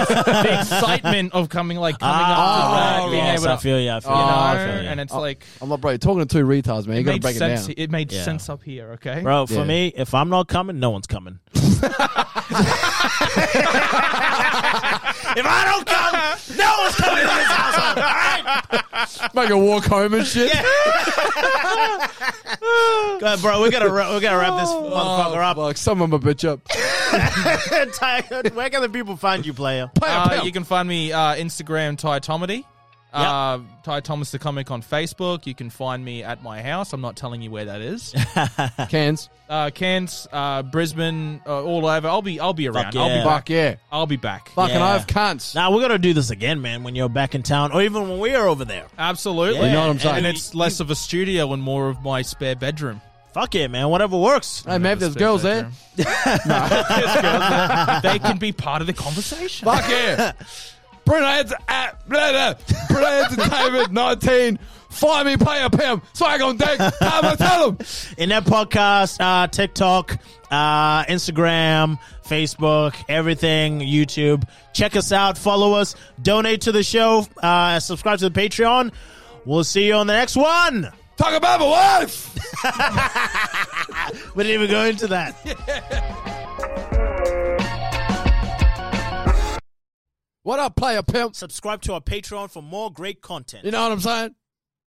A: <laughs>
C: the excitement of coming, like coming
A: Ah,
C: up to that, being
A: yes,
C: able
A: I
C: to,
A: feel you. I feel
C: you know,
A: you. I feel you.
C: and it's
B: Oh,
C: like
B: I'm like, bro, you're talking to two retards, man. You
C: it
B: gotta
C: made
B: break
C: sense.
B: it down.
C: It made
A: Yeah.
C: sense up here, okay?
A: Bro, for
B: Yeah.
A: me, if I'm not coming, no one's coming. if I don't come,
B: Make a walk
A: <laughs>
B: home and shit.
A: Go ahead, bro, we gotta ra- we gotta wrap this motherfucker Oh,
B: Like someone my bitch
A: <laughs>
B: up.
A: up. Tiger, Where can the people find you, player?
C: Uh, you can find me uh, Instagram Ty Tomedy. Uh, Ty Thomas the Comic on Facebook. You can find me at my house. I'm not telling you where that is.
B: Cans.
C: Uh, Cairns, uh, Brisbane, uh, all over. I'll be I'll be around.
A: Fuck
C: I'll
A: yeah.
C: be back.
B: Fuck yeah.
C: I'll be back.
B: Fucking
A: Yeah.
B: I've cunts.
A: Now nah, we're gonna do this again, man. When you're back in town, or even when we are over there.
C: Absolutely.
A: You know what I'm
C: And-
B: saying?
C: And it's less of a studio and more of my spare bedroom.
A: Fuck it, man. Whatever works.
B: Hey, maybe there's
C: Spare
B: girls there.
C: bedroom. <laughs> There's girls there. They can be part of the conversation.
B: Fuck yeah.
A: <laughs>
B: Brilliant at Brilliant Entertainment 19. Find me, pay a pimp. Swag on deck. Time I tell them.
A: in that podcast, uh, TikTok, uh, Instagram, Facebook, everything, YouTube. Check us out, follow us, donate to the show, uh, subscribe to the Patreon. We'll see you on the next one.
B: Talk about my wife.
A: We didn't even go into that.
B: <laughs> What up, player pimps?
A: subscribe to our Patreon for more great content.
B: You know what I'm saying?